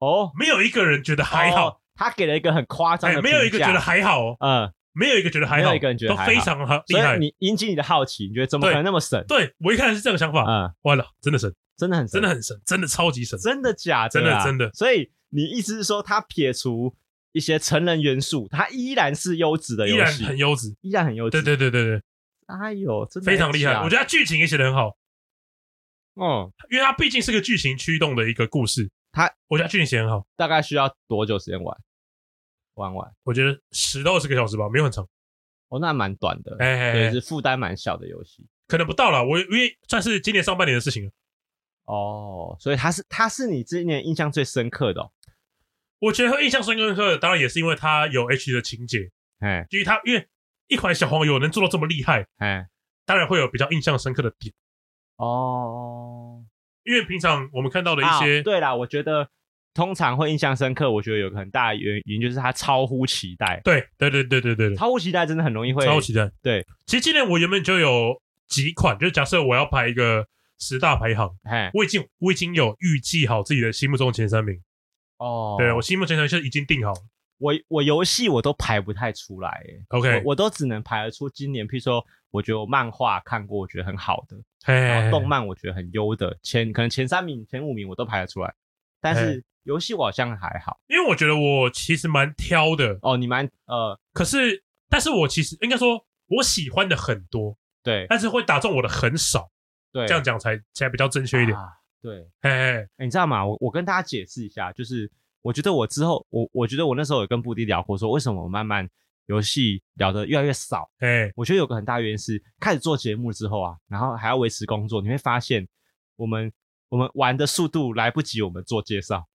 Speaker 1: 哦，
Speaker 2: 没有一个人觉得还
Speaker 1: 哦
Speaker 2: 好，，
Speaker 1: 他给了一个很夸张
Speaker 2: 哎，
Speaker 1: 的评价，
Speaker 2: 没有一个觉得还好哦，
Speaker 1: 嗯，
Speaker 2: 没有一个觉得还
Speaker 1: 没
Speaker 2: 好，
Speaker 1: 有一个人觉得
Speaker 2: 都
Speaker 1: 还好
Speaker 2: 非常好厉
Speaker 1: 所
Speaker 2: 害
Speaker 1: 以。你引起你的好奇，你觉得怎么
Speaker 2: 对
Speaker 1: 可能那么神？
Speaker 2: 对我一开始是这个想法，
Speaker 1: 嗯，
Speaker 2: 完了，真的神，
Speaker 1: 真的很神
Speaker 2: 真的很神，真的超级神，
Speaker 1: 真的假的？
Speaker 2: 真的真的。
Speaker 1: 所以你意思是说，它撇除一些成人元素，它依然是优质的
Speaker 2: 依
Speaker 1: 游
Speaker 2: 然
Speaker 1: 戏，
Speaker 2: 很优质。
Speaker 1: 依然很优质。
Speaker 2: 对对对对对，
Speaker 1: 哎呦，真的
Speaker 2: 非常厉害。我觉
Speaker 1: 得
Speaker 2: 得它剧情也写得很好，
Speaker 1: 哦，
Speaker 2: 因为它毕竟是个剧情驱动的一个故事。
Speaker 1: 它
Speaker 2: 我觉得它剧情写得很好，
Speaker 1: 大概需要多久时间玩？玩完
Speaker 2: 我觉得十到二十个小时吧，没有很长。
Speaker 1: 哦，那蛮短的，
Speaker 2: 哎哎
Speaker 1: 对，
Speaker 2: 哎
Speaker 1: 是负担蛮小的游戏
Speaker 2: 可能不到了，我因为算是今年上半年的事情了。
Speaker 1: 哦。所以它是它是你今年印象最深刻的、哦，
Speaker 2: 我觉得会印象深刻的，当然也是因为它有 H 的情节，
Speaker 1: 哎
Speaker 2: 因为它因为一款小黄油能做到这么厉害，
Speaker 1: 哎
Speaker 2: 当然会有比较印象深刻的点。
Speaker 1: 哦，
Speaker 2: 因为平常我们看到的一
Speaker 1: 啊
Speaker 2: 些，
Speaker 1: 对啦，我觉得通常会印象深刻，我觉得有个很大的原因就是它超乎期待，
Speaker 2: 对对对对对对对，
Speaker 1: 超乎期待真的很容易会
Speaker 2: 超期待。
Speaker 1: 对，
Speaker 2: 其实今年我原本就有几款，就是假设我要排一个十大排行，
Speaker 1: 哎
Speaker 2: 我已经我已经有预计好自己的心目中的前三名，
Speaker 1: 哦，
Speaker 2: 对我心目前三名是已经定好了。
Speaker 1: 我我游戏我都排不太出来耶
Speaker 2: OK，
Speaker 1: 我我都只能排得出今年，譬如说，我觉得我漫画看过，我觉得很好的，然
Speaker 2: 哎
Speaker 1: 后，动漫我觉得很优的，前可能前三名、前五名我都排得出来，但
Speaker 2: 哎
Speaker 1: 是游戏我好像还好。
Speaker 2: 因为我觉得我其实蛮挑的，
Speaker 1: 哦，你蛮呃，
Speaker 2: 可是但是我其实应该说我喜欢的很多，
Speaker 1: 对
Speaker 2: 但是会打中我的很少，
Speaker 1: 对，
Speaker 2: 这样讲才才比较正确一点。
Speaker 1: 啊对，
Speaker 2: 哎、哎
Speaker 1: 欸你知道吗？我我跟大家解释一下，就是我觉得我之后，我我觉得我那时候有跟布丁聊过，说为什么我慢慢游戏聊得越来越少，
Speaker 2: 哎
Speaker 1: 我觉得有个很大原因是，开始做节目之后啊，然后还要维持工作，你会发现我们我们玩的速度来不及我们做介绍，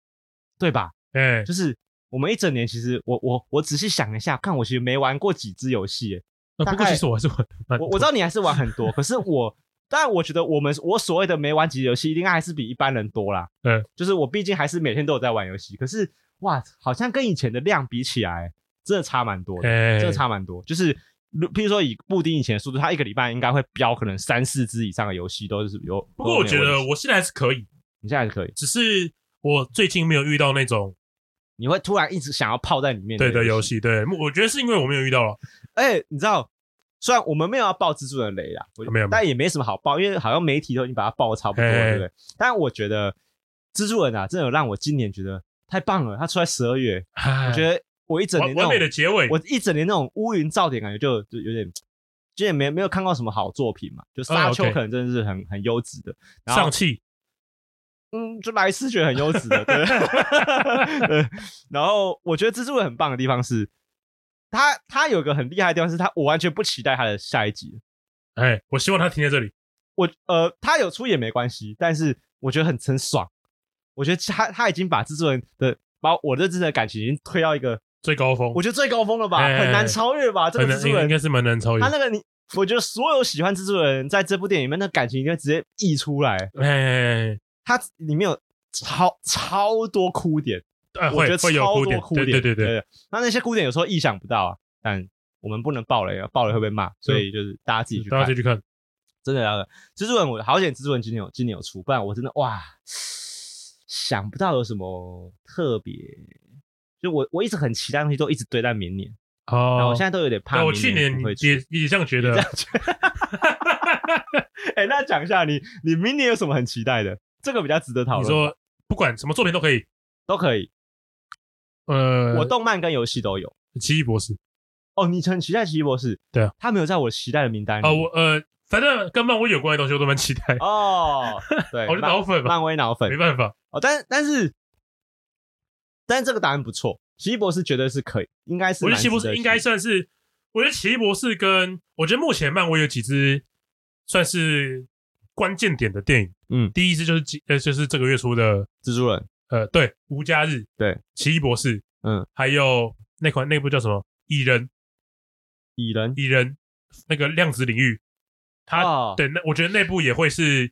Speaker 1: 对吧？
Speaker 2: 哎，
Speaker 1: 就是我们一整年，其实我我我仔细想一下，看我其实没玩过几支游戏耶，
Speaker 2: 那
Speaker 1: 大
Speaker 2: 不过
Speaker 1: 概
Speaker 2: 其实我还是玩，蛮
Speaker 1: 我我知道你还是玩很多，可是我。当然，我觉得我们我所谓的没玩几支游戏，应该还是比一般人多啦。
Speaker 2: 嗯，
Speaker 1: 就是我毕竟还是每天都有在玩游戏，可是哇，好像跟以前的量比起来，真的差蛮多的。
Speaker 2: 哎，
Speaker 1: 这个差蛮多。就是如譬如说以布丁以前的速度，他一个礼拜应该会标可能三四支以上的游戏都是有。
Speaker 2: 不过我
Speaker 1: 都
Speaker 2: 觉
Speaker 1: 没有问
Speaker 2: 得
Speaker 1: 题
Speaker 2: 我现在还是可以，
Speaker 1: 你现在是可以，
Speaker 2: 只是我最近没有遇到那种
Speaker 1: 你会突然一直想要泡在里面
Speaker 2: 对
Speaker 1: 的
Speaker 2: 的游。戏，对，我觉得是因为我没有遇到了，
Speaker 1: 哎、你知道，虽然我们没有要爆蜘蛛人雷啦，我
Speaker 2: 没有没有
Speaker 1: 但也没什么好爆，因为好像媒体都已经把它爆的差不多了，
Speaker 2: 哎
Speaker 1: 对不对？但我觉得蜘蛛人啊，真的有让我今年觉得太棒了。他出来十二月，
Speaker 2: 我
Speaker 1: 我觉得我一整
Speaker 2: 哎完
Speaker 1: 年那
Speaker 2: 完美的
Speaker 1: 种，
Speaker 2: 结尾，
Speaker 1: 我一整年那种乌云罩顶感觉就就有点。就也没没有看到什么好作品嘛，就沙丘
Speaker 2: 嗯，OK
Speaker 1: 可能真的是很、很优质的，然后
Speaker 2: 上气，
Speaker 1: 嗯，就莱斯觉得很优质的，对。 对然后我觉得蜘蛛人很棒的地方是，他他有个很厉害的地方是他，我完全不期待他的下一集。
Speaker 2: 哎，我希望他停在这里，
Speaker 1: 我呃，他有出也没关系，但是我觉得很很爽。我觉得他他已经把蜘蛛人的把我对蜘蛛人的感情已经推到一个
Speaker 2: 最高峰
Speaker 1: 我，觉得最高峰了吧，
Speaker 2: 哎哎哎
Speaker 1: 很难超越吧。这个
Speaker 2: 很难
Speaker 1: 蜘蛛
Speaker 2: 应该
Speaker 1: 人，
Speaker 2: 是蛮难超越
Speaker 1: 他，那个你，我觉得所有喜欢蜘蛛人在这部电影里面，那感情应该直接溢出来。
Speaker 2: 哎，
Speaker 1: 它里面有超超多哭点。
Speaker 2: 哎
Speaker 1: 我
Speaker 2: 会
Speaker 1: 觉得超
Speaker 2: 会有
Speaker 1: 多
Speaker 2: 哭
Speaker 1: 点
Speaker 2: 点，，对对对对，
Speaker 1: 对。那那些哭点有时候意想不到啊，但我们不能爆雷啊，爆雷会被骂，所以就是大家自己去
Speaker 2: 大家
Speaker 1: 看
Speaker 2: 自。己去看，
Speaker 1: 真的要的，蜘蛛人我好险，蜘蛛人今年有今年有出，不然我真的哇，想不到有什么特别。就我我一直很期待的东西，都一直堆在明年，然后
Speaker 2: 哦
Speaker 1: 我现，在都有点怕
Speaker 2: 对我
Speaker 1: 明
Speaker 2: 去
Speaker 1: 年
Speaker 2: 年
Speaker 1: 不会出。
Speaker 2: 也也这样觉得
Speaker 1: 这，样觉得。哎、那讲一下你你明年有什么很期待的？这个比较值得讨
Speaker 2: 你
Speaker 1: 论。
Speaker 2: 说不管什么作品都可以，
Speaker 1: 都可以，
Speaker 2: 呃，
Speaker 1: 我动漫跟游戏都有。
Speaker 2: 奇异博士
Speaker 1: 哦，你很期待奇异博士？
Speaker 2: 对啊，
Speaker 1: 他没有在我期待的名单里。
Speaker 2: 啊，我呃，反正跟漫威有关的东西我都蛮期待，
Speaker 1: 哦，对，
Speaker 2: 我是
Speaker 1: 漫
Speaker 2: 脑粉嘛，
Speaker 1: 漫威脑粉
Speaker 2: 没办法，
Speaker 1: 哦，但但是但是这个答案不错，奇异博士绝对是可以，应该是
Speaker 2: 我觉
Speaker 1: 蛮
Speaker 2: 得奇
Speaker 1: 值得
Speaker 2: 异
Speaker 1: 期。
Speaker 2: 博士应该算是，我觉得奇异博士跟我觉得目前漫威有几支算是关键点的电影，
Speaker 1: 嗯
Speaker 2: 第一支就是几呃就是这个月初的
Speaker 1: 蜘蛛人，
Speaker 2: 呃对无家日，
Speaker 1: 对
Speaker 2: 奇异博士，
Speaker 1: 嗯，
Speaker 2: 还有那款那部叫什么蚁人
Speaker 1: 蚁人
Speaker 2: 蚁人那个量子领域，他、
Speaker 1: 哦
Speaker 2: 对那我觉得那部也会是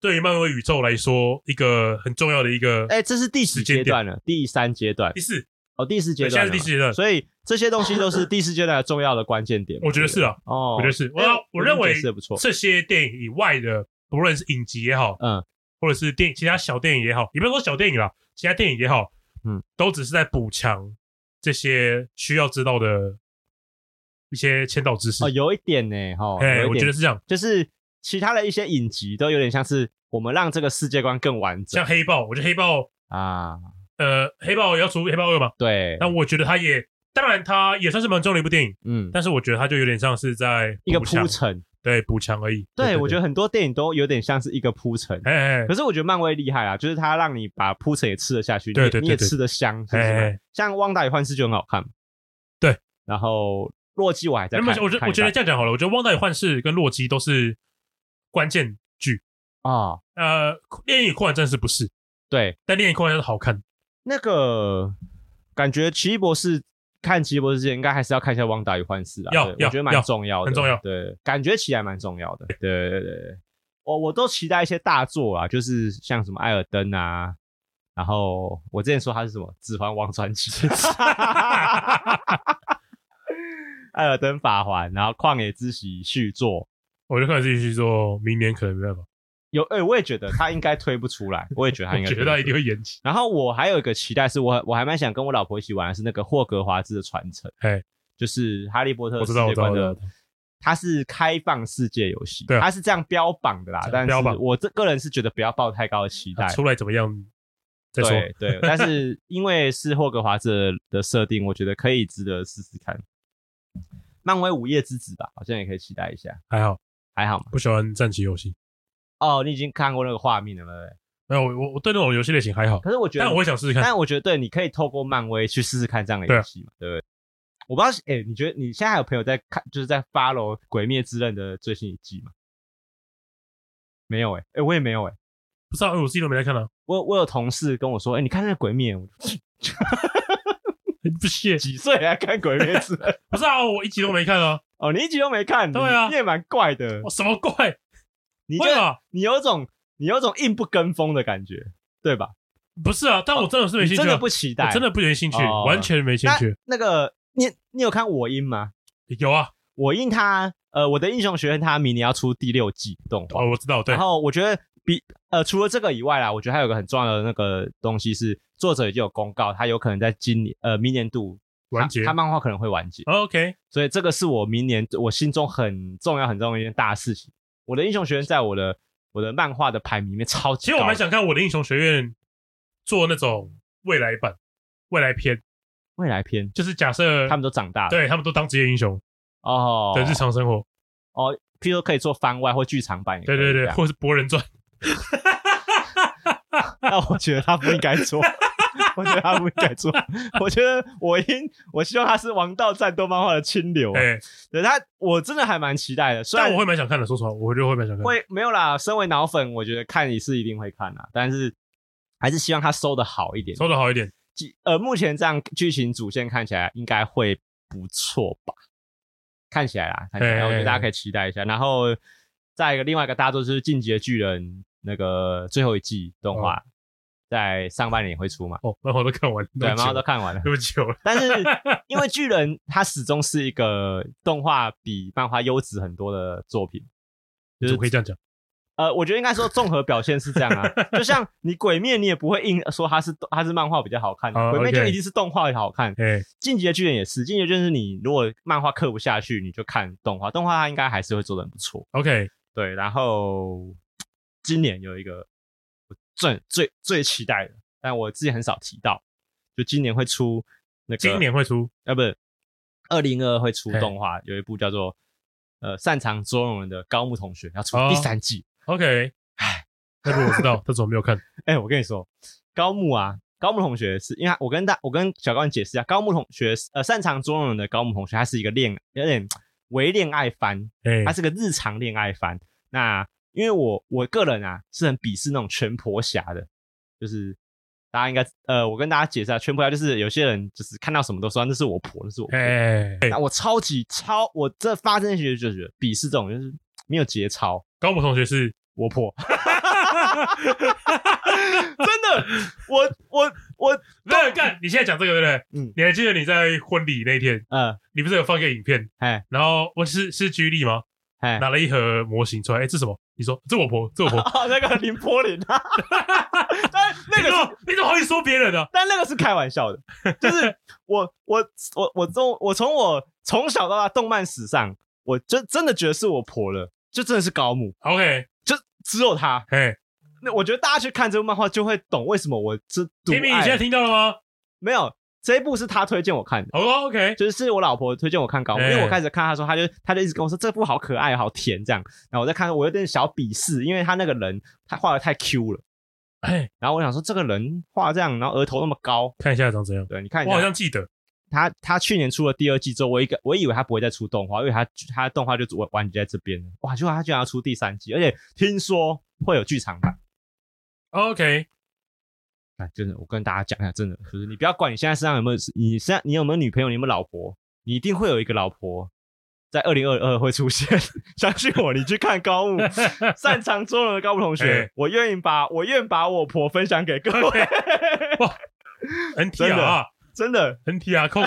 Speaker 2: 对于漫威宇宙来说一个很重要的一个
Speaker 1: 哎、这是第几
Speaker 2: 时间
Speaker 1: 阶
Speaker 2: 点
Speaker 1: 段了？第三阶段
Speaker 2: 第四，
Speaker 1: 哦，第四阶
Speaker 2: 对
Speaker 1: 段
Speaker 2: 现在
Speaker 1: 了嘛，
Speaker 2: 是第四阶段，
Speaker 1: 所以这些东西都是第四阶段的重要的关键点。
Speaker 2: 我觉得是
Speaker 1: 啊，
Speaker 2: 啊，
Speaker 1: 哦，
Speaker 2: 我觉得是，我
Speaker 1: 哎
Speaker 2: 我认为
Speaker 1: 是不错，
Speaker 2: 这些电影以外的，不论是影集也好，
Speaker 1: 嗯，
Speaker 2: 或者是电影其他小电影也好，也不要说小电影啦，其他电影也好，
Speaker 1: 嗯，
Speaker 2: 都只是在补强这些需要知道的一些签到知识
Speaker 1: 哦，。有一点呢、哈、
Speaker 2: 哎，
Speaker 1: 有一
Speaker 2: 我觉
Speaker 1: 点
Speaker 2: 得是这样。
Speaker 1: 就是其他的一些影集都有点像是我们让这个世界观更完整
Speaker 2: 像黑豹，我觉得黑豹，
Speaker 1: 啊，
Speaker 2: 呃，黑豹要出黑豹二嘛，
Speaker 1: 对，
Speaker 2: 但我觉得它也，当然它也算是蛮重要的一部电影，
Speaker 1: 嗯，
Speaker 2: 但是我觉得它就有点像是在
Speaker 1: 一个
Speaker 2: 补强
Speaker 1: 铺，陈。
Speaker 2: 对，补强而已。
Speaker 1: 对，我觉得很多电影都有点像是一个铺陈。
Speaker 2: 得，哎哎
Speaker 1: 可是我觉得漫威厉害啊，就是它让你把铺陈也吃得下去，你
Speaker 2: 对
Speaker 1: 也
Speaker 2: 对对
Speaker 1: 你也
Speaker 2: 对
Speaker 1: 吃得香，是不
Speaker 2: 哎
Speaker 1: 是？
Speaker 2: 哎，
Speaker 1: 像《旺达与幻视》就很好看，
Speaker 2: 对。
Speaker 1: 然后洛基我还在
Speaker 2: 原
Speaker 1: 看，
Speaker 2: 本我觉得
Speaker 1: 看一
Speaker 2: 我觉得
Speaker 1: 半
Speaker 2: 这样讲好了，我觉得《旺达与幻视》跟《洛基》都是关键剧。
Speaker 1: 啊，
Speaker 2: 呃，《猎鹰与酷玩战士》不是，
Speaker 1: 对，
Speaker 2: 但《猎鹰与酷玩战士》好看。
Speaker 1: 那个感觉奇异博士看奇异博士之前，应该还是要看一下《旺达与幻视》啊，
Speaker 2: 要
Speaker 1: 对
Speaker 2: 要
Speaker 1: 我觉得蛮重要的，
Speaker 2: 很重要
Speaker 1: 对，感觉起来蛮重要的，对对对对，我我都期待一些大作啊，就是像什么《艾尔登》啊。然后我之前说它是什么《指环王传奇》 《艾尔登法环》，然后《旷野之息》续作，
Speaker 2: 我就开始去做，明年可能没办法，
Speaker 1: 有哎、我也觉得他应该推不出来，我也觉得他应
Speaker 2: 我
Speaker 1: 该
Speaker 2: 觉
Speaker 1: 推不
Speaker 2: 得
Speaker 1: 出来
Speaker 2: 它一定会延期。
Speaker 1: 然后我还有一个期待是我我还蛮想跟我老婆一起玩的是那个霍格华兹的传承，
Speaker 2: 哎，
Speaker 1: 就是哈利波特
Speaker 2: 我
Speaker 1: 世
Speaker 2: 知道，
Speaker 1: 界
Speaker 2: 我知道，
Speaker 1: 观
Speaker 2: 我知道
Speaker 1: 的，。它是开放世界游戏，
Speaker 2: 对啊
Speaker 1: 它是这样标榜的啦
Speaker 2: 这。
Speaker 1: 但
Speaker 2: 样标
Speaker 1: 是
Speaker 2: 榜
Speaker 1: 我这个人是觉得不要抱太高的期待
Speaker 2: 啊，出来怎么样再说？
Speaker 1: 对对，但是因为是霍格华兹的的设定，我觉得可以值得试试看。漫威午夜之子吧，好像也可以期待一下，
Speaker 2: 还好，
Speaker 1: 还好嘛。
Speaker 2: 不喜欢战棋游戏。
Speaker 1: 哦，你已经看过那个画面了，对不对？
Speaker 2: 没有，我我我对那种游戏类型还好，
Speaker 1: 可是我觉得
Speaker 2: 但我会想 试试看。
Speaker 1: 但我觉得对，你可以透过漫威去试试看这样
Speaker 2: 啊
Speaker 1: 的游戏嘛，对不对？我不知道，哎、你觉得你现在还有朋友在看，就是在 follow《鬼灭之刃》的最新一季吗？没有哎、哎、我也没有哎、
Speaker 2: 不知道，我自己都没在看啊，
Speaker 1: 我我有同事跟我说，哎、你看那个《鬼灭》，我就
Speaker 2: 不屑。
Speaker 1: 几岁还看《鬼灭之刃》？
Speaker 2: 不是啊，我一集都没看啊，
Speaker 1: 哦，你一集都没看，你
Speaker 2: 对啊
Speaker 1: 你也蛮怪的
Speaker 2: 我，什么怪？
Speaker 1: 你就
Speaker 2: 会啊，
Speaker 1: 你有种你有种硬不跟风的感觉，对吧？
Speaker 2: 不是啊，但我真的是
Speaker 1: 哦
Speaker 2: 没
Speaker 1: 你
Speaker 2: 兴趣啊，
Speaker 1: 真的不期待，
Speaker 2: 我真的不没兴趣
Speaker 1: 哦，
Speaker 2: 完全没兴趣。
Speaker 1: 那那个你你有看我音吗？
Speaker 2: 有啊，
Speaker 1: 我印他，呃，我的英雄学院他明年要出第六季动画，
Speaker 2: 哦，我知道，对
Speaker 1: 然，后我觉得比呃除了这个以外啦，我觉得还有个很重要的那个东西是作者已经有公告，他有可能在今年呃明年度
Speaker 2: 完结哦
Speaker 1: 他，他漫画可能会完结，
Speaker 2: OK，
Speaker 1: 所以这个是我明年我心中很重要很重要的一件大事情。我的英雄学院在我的我的漫画的排名里面超级
Speaker 2: 其
Speaker 1: 高
Speaker 2: 实
Speaker 1: 的，
Speaker 2: 我蛮想看我的英雄学院做那种未来版、未来篇，
Speaker 1: 未来篇
Speaker 2: 就是假设
Speaker 1: 他们都长大了，
Speaker 2: 对他们都当职业英雄
Speaker 1: 啊哦
Speaker 2: 的日常生活，
Speaker 1: 哦，譬如说可以做番外或剧场版也可
Speaker 2: 对
Speaker 1: 以这
Speaker 2: 对
Speaker 1: 样，
Speaker 2: 对， 或是博人传，
Speaker 1: 那我觉得他不应该做， 我觉得他不应该做。我觉得我应，我希望他是王道战斗漫画的清流、啊。
Speaker 2: 哎，
Speaker 1: 对他，我真的还蛮期待的。虽
Speaker 2: 但
Speaker 1: 然
Speaker 2: 我会蛮想看的，说实话，我就会蛮想看的。
Speaker 1: 会没有啦，身为脑粉，我觉得看一次一定会看啦，但是还是希望他收的好一点。
Speaker 2: 收的好一点，
Speaker 1: 几呃，目前这样剧情主线看起来应该会不错吧？看起来啦，看起来，
Speaker 2: 嘿
Speaker 1: 我觉得
Speaker 2: 嘿
Speaker 1: 大家可以期待一下。然后再一个，另外一个大作就是《进击的巨人》那个最后一季动画，在上半年也会出嘛。
Speaker 2: 哦，漫画都看完，
Speaker 1: 对，
Speaker 2: 那么
Speaker 1: 漫画
Speaker 2: 久
Speaker 1: 都看完了。
Speaker 2: 那么久了，
Speaker 1: 但是因为巨人它始终是一个动画比漫画优质很多的作品，就
Speaker 2: 怎
Speaker 1: 是
Speaker 2: 么可以这样讲？
Speaker 1: 呃，我觉得应该说综合表现是这样啊。就像你鬼灭，你也不会硬说它是它是漫画比较好看，
Speaker 2: 哦
Speaker 1: 鬼灭
Speaker 2: OK
Speaker 1: 就一定是动画好看。
Speaker 2: 哎，
Speaker 1: 进击的巨人也是，进击的巨人是你如果漫画刻不下去，你就看动画，动画它应该还是会做的很不错。
Speaker 2: OK，
Speaker 1: 对，然后今年有一个我最最最期待的，但我自己很少提到，就今年会出那个
Speaker 2: 今年会出
Speaker 1: 呃，不是，二零二会出
Speaker 2: 嘿
Speaker 1: 动画，有一部叫做呃擅长捉弄人的高木同学要出
Speaker 2: 哦
Speaker 1: 第三季。
Speaker 2: OK，哎，那部我知道，但 是我没有看。
Speaker 1: 哎、我跟你说，高木啊，高木同学是因为他我跟大我跟小高你解释一下，高木同学是呃擅长捉弄人的高木同学，他是一个恋有点为恋爱番，
Speaker 2: 哎
Speaker 1: 他，是个日常恋爱番。那因为我我个人啊是很鄙视那种全婆侠的，就是。大家应该，呃，我跟大家解释啊，全婆侠就是有些人就是看到什么都说那是我婆，那是我婆，
Speaker 2: 哎，
Speaker 1: 那我超级超，我这发生学就觉得鄙视这种就是没有节操，
Speaker 2: 高木同学是
Speaker 1: 我破， 真的，我我 我，
Speaker 2: 没有干。你现在讲这个对不对？
Speaker 1: 嗯
Speaker 2: 你还记得你在婚礼那天，
Speaker 1: 呃，
Speaker 2: 你不是有放一个影片？
Speaker 1: 哎
Speaker 2: 然后我是是居力吗？
Speaker 1: 哎，
Speaker 2: 拿了一盒模型出来，哎，这什么？你说这我婆，这我婆。
Speaker 1: 哦，那个林柏林啊，但那
Speaker 2: 你
Speaker 1: 个
Speaker 2: 怎
Speaker 1: 是，
Speaker 2: 么你怎么好意思说别人的？
Speaker 1: 但那个是开玩 笑的，就是我我我我从我从我从小到大动漫史上，我真真的觉得是我婆了，就真的是高木，
Speaker 2: OK，
Speaker 1: 就只有他。
Speaker 2: 哎，
Speaker 1: 那我觉得大家去看这部漫画就会懂为什么我这独
Speaker 2: 提米，你现在
Speaker 1: 爱
Speaker 2: 听到了吗？
Speaker 1: 没有这一部是他推荐我看的。
Speaker 2: 哦，OK，
Speaker 1: 就是是我老婆推荐我看高木，因
Speaker 2: 哎
Speaker 1: 为我开始看她说，她就她就一直跟我说这部好可爱，好甜这样。然后我在看，我有点小鄙视，因为他那个人他画的太 Q 了。
Speaker 2: 哎，
Speaker 1: 然后我想说，这个人画这样，然后额头那么高，
Speaker 2: 看一下长怎样。
Speaker 1: 对，你看一
Speaker 2: 我好
Speaker 1: 下，
Speaker 2: 像记得，
Speaker 1: 他他去年出了第二季之后，我一个我以为他不会再出动画，因为他他的动画就完完结在这边了。哇，结果他居然要出第三季，而且听说会有剧场版。
Speaker 2: OK，
Speaker 1: 哎，真的，我跟大家讲一下，真的就是你不要管你现在身上有没有，你身上你有没有女朋友，你有没有老婆，你一定会有一个老婆，在二零二二会出现， 相信我，你去看高木擅长捉弄的高木同学
Speaker 2: 哎，
Speaker 1: 我愿意把我愿把我婆分享给各
Speaker 2: OK
Speaker 1: 位，
Speaker 2: NT
Speaker 1: 真的
Speaker 2: 啊
Speaker 1: 真的，
Speaker 2: ，NT 啊，控，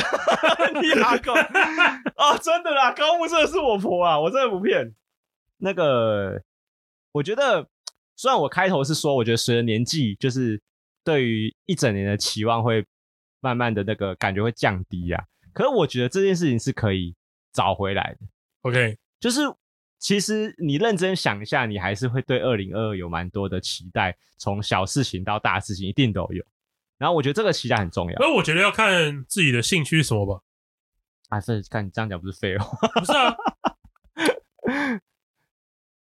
Speaker 1: 你 阿狗哦，真的啦，高木真的是我婆啊，我真的不骗。那个，我觉得虽然我开头是说，我觉得随着年纪，就是对于一整年的期望会慢慢的那个感觉会降低啊，可是我觉得这件事情是可以找回来的。
Speaker 2: OK，
Speaker 1: 就是其实你认真想一下，你还是会对二零二二有蛮多的期待，从小事情到大事情一定都有。然后我觉得这个期待很重要
Speaker 2: 那我觉得要看自己的兴趣是什么吧。
Speaker 1: 啊！这看你这样讲不是废话。
Speaker 2: 不是啊，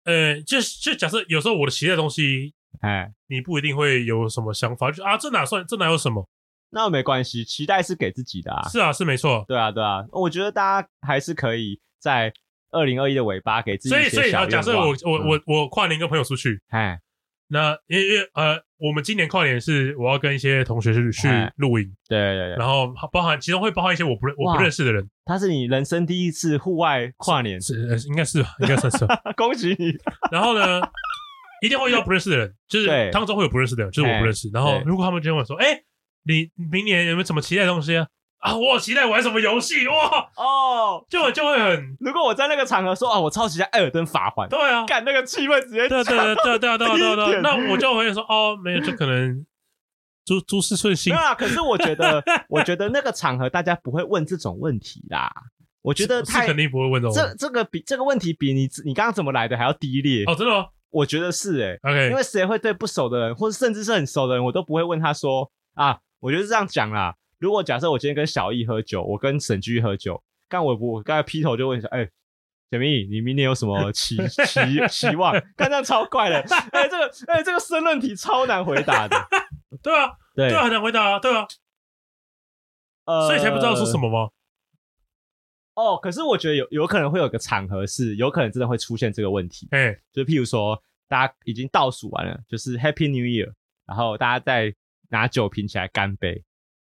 Speaker 2: 呃，就就假设有时候我的期待的东西，
Speaker 1: 哎，
Speaker 2: 你不一定会有什么想法，就啊，这哪算，这哪有什么？
Speaker 1: 那没关系，期待是给自己的啊。
Speaker 2: 是啊，是没错。
Speaker 1: 对啊，对啊，我觉得大家还是可以在二零二一的尾巴给自己
Speaker 2: 所
Speaker 1: 一
Speaker 2: 以，
Speaker 1: 些
Speaker 2: 所以
Speaker 1: 小
Speaker 2: 啊，假设
Speaker 1: 愿望嗯
Speaker 2: 我我我我跨年跟朋友出去，
Speaker 1: 哎
Speaker 2: 那因为因为呃，我们今年跨年是我要跟一些同学去去
Speaker 1: 哎
Speaker 2: 露营，
Speaker 1: 对对对，
Speaker 2: 然后包含其中会包含一些我不认我
Speaker 1: 哇
Speaker 2: 不认识的人，
Speaker 1: 他是你人生第一次户外跨年，
Speaker 2: 是呃应该是吧，应该算是吧。
Speaker 1: 恭喜你！
Speaker 2: 然后呢，一定会遇到不认识的人，就是
Speaker 1: 对哎
Speaker 2: 当中会有不认识的人，就是我不认识。然后如果他们就问我说：“哎、你你明年有没有什么期待的东西啊？”啊，我有期待玩什么游戏哇，
Speaker 1: 哦，
Speaker 2: 就就会很
Speaker 1: 如果我在那个场合说啊，我超级像艾尔登法环，
Speaker 2: 对啊，
Speaker 1: 干那个气氛直接
Speaker 2: 对啊对啊对啊对啊对啊对啊对
Speaker 1: 点
Speaker 2: 啊，那我就会说哦，没有，就可能诸诸事顺
Speaker 1: 没
Speaker 2: 心
Speaker 1: 有，啊啦。可是我觉得，
Speaker 2: 啊
Speaker 1: 我觉得那个场合大家不会问这种问题啦。我觉得
Speaker 2: 是
Speaker 1: 太
Speaker 2: 肯定不会问哦这种
Speaker 1: 这这个比这个问题比你你刚刚怎么来的还要低劣，
Speaker 2: 哦，真的吗
Speaker 1: 我觉得是哎、因
Speaker 2: ？OK，
Speaker 1: 为谁会对不熟的人，或者甚至是很熟的人，我都不会问他说啊，我就是这样讲啦。如果假设我今天跟小易喝酒，我跟沈居喝酒，干我不，我刚才劈头就问说，哎、小明，你明年有什么 期期期望？干这样超怪的，哎、这个哎、这个申论题超难回答 的，
Speaker 2: 对啊，
Speaker 1: 对，
Speaker 2: 对啊，很难回答啊，对啊，
Speaker 1: 呃
Speaker 2: 所以才不知道说什么吗？
Speaker 1: 哦。可是我觉得有有可能会有个场合是，有可能真的会出现这个问题，
Speaker 2: 哎，
Speaker 1: 就譬如说大家已经倒数完了，就是 Happy New Year，然后大家再拿酒瓶起来干杯。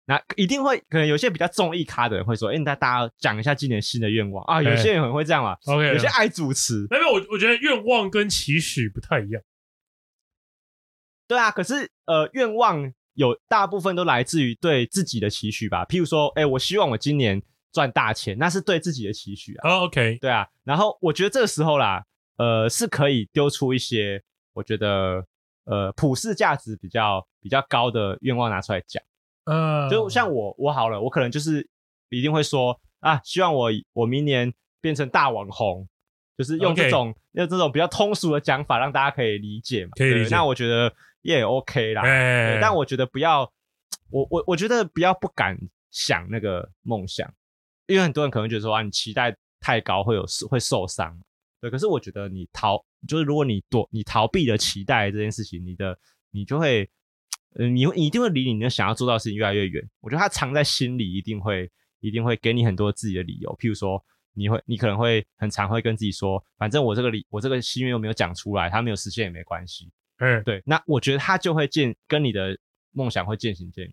Speaker 1: 那一定会，可能有些比较综艺咖的人会说：“哎、那大家讲一下今年新的愿望啊。”有些人很会这样嘛，
Speaker 2: OK，
Speaker 1: 有些爱主持，
Speaker 2: 没有，我我觉得愿望跟期许不太一样。
Speaker 1: 对啊。可是呃，愿望有大部分都来自于对自己的期许吧。譬如说，哎、我希望我今年赚大钱，那是对自己的期许啊。
Speaker 2: 哦 OK，
Speaker 1: 对啊，然后我觉得这个时候啦，呃，是可以丢出一些我觉得呃普世价值比较比较高的愿望拿出来讲。
Speaker 2: 呃，
Speaker 1: 就像我我好了，我可能就是一定会说啊，希望我我明年变成大网红，就是用
Speaker 2: OK
Speaker 1: 这种用这种比较通俗的讲法，让大家可以理解嘛。
Speaker 2: 可以理
Speaker 1: 对
Speaker 2: 解
Speaker 1: 那我觉得也 OK 啦。
Speaker 2: 哎
Speaker 1: 对，但我觉得不要，我我我觉得不要不敢想那个梦想，因为很多人可能觉得说啊，你期待太高会有会受伤，对。可是我觉得你逃，就是如果你躲你逃避了期待这件事情，你的你就会，呃，你会你一定会离你的想要做到的事情越来越远。我觉得它藏在心里，一定会一定会给你很多自己的理由，譬如说。你会，你可能会很常会跟自己说，反正我这个理，我这个心愿又没有讲出来，它没有实现也没关系。
Speaker 2: 哎
Speaker 1: 对，那我觉得他就会渐跟你的梦想会渐行渐远。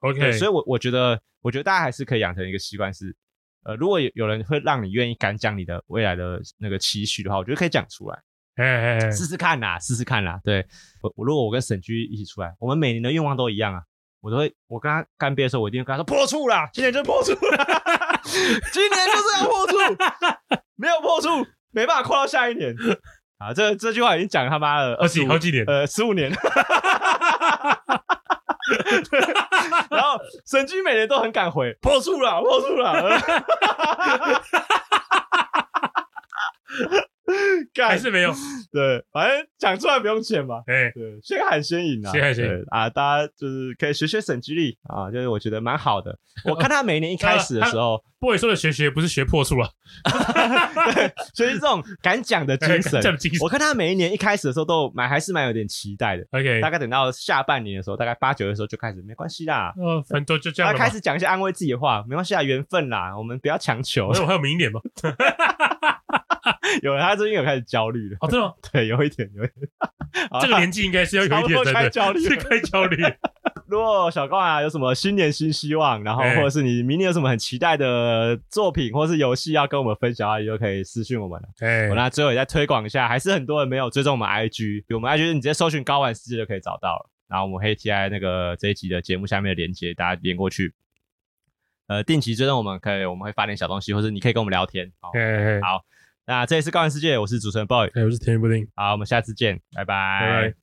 Speaker 2: OK，
Speaker 1: 所以我我觉得，我觉得大家还是可以养成一个习惯是，呃，如果有有人会让你愿意敢讲你的未来的那个期许的话，我觉得可以讲出来，
Speaker 2: 哎哎哎，
Speaker 1: 试试看啦，试试看啦。对我，我如果我跟沈居一起出来，我们每年的愿望都一样啊。我都会，我跟他干杯的时候，我一定会跟他说破处啦，今年就破处啦， 今年就是要破处，没有破处没办法跨到下一年。啊，这这句话已经讲他妈了
Speaker 2: 好
Speaker 1: 二十
Speaker 2: 几
Speaker 1: 五
Speaker 2: 好几年，
Speaker 1: 呃，十五年。 然后沈居每年都很敢回，破处了， 破处了。干
Speaker 2: 还是没有。
Speaker 1: 对，反正讲出来不用钱吧。
Speaker 2: 哎，
Speaker 1: 对，先喊先赢啊，
Speaker 2: 先喊先赢
Speaker 1: 对啊！大家就是可以学学沈居立啊，就是我觉得蛮好的。我看他每年一开始的时 候，
Speaker 2: 不过你说的学学不是学破处啊，
Speaker 1: 对，就是这种敢讲的精 神
Speaker 2: 这。样精神
Speaker 1: 我。看他每一年一开始的时候都蛮还是蛮有点期待的，
Speaker 2: OK，
Speaker 1: 大概等到下半年的时候，大概八九月的时候就开始没关系啦，
Speaker 2: 哦，反正都就这样
Speaker 1: 他
Speaker 2: 了
Speaker 1: 开
Speaker 2: 嘛。
Speaker 1: 始讲一些安慰自己的话，没关系啊，缘分啦，我们不要强求
Speaker 2: 反。哦正我还有明年嘛。
Speaker 1: 有人他最近有开始焦虑了，
Speaker 2: 哦，真的吗，
Speaker 1: 对，有一点，有一点。 好啦
Speaker 2: 这个年纪应该是要有一
Speaker 1: 差
Speaker 2: 点
Speaker 1: 不多
Speaker 2: 的，
Speaker 1: 该
Speaker 2: 对
Speaker 1: 焦虑
Speaker 2: 不
Speaker 1: 了
Speaker 2: 对，是该焦 虑。
Speaker 1: 如果小高啊有什么新年新希望，然后
Speaker 2: 哎
Speaker 1: 或者是你明年有什么很期待的作品或是游戏要跟我们分享啊，也就可以私信我们了。
Speaker 2: 哎
Speaker 1: 我，那最后也再推广一下，还是很多人没有追踪我们 IG，比我们 IG 你直接搜寻高玩世界就可以找到了。然后我们可以贴在那个这一集的节目下面的链接，大家连过去。呃，定期追踪我们，可以我们会发点小东西，或者你可以跟我们聊天。好，
Speaker 2: 哎哎哎
Speaker 1: 好那这里是高玩世界，我是主持人 boy，
Speaker 2: 哎，我是甜不丁，
Speaker 1: 好，我们下次见，拜
Speaker 2: 拜拜。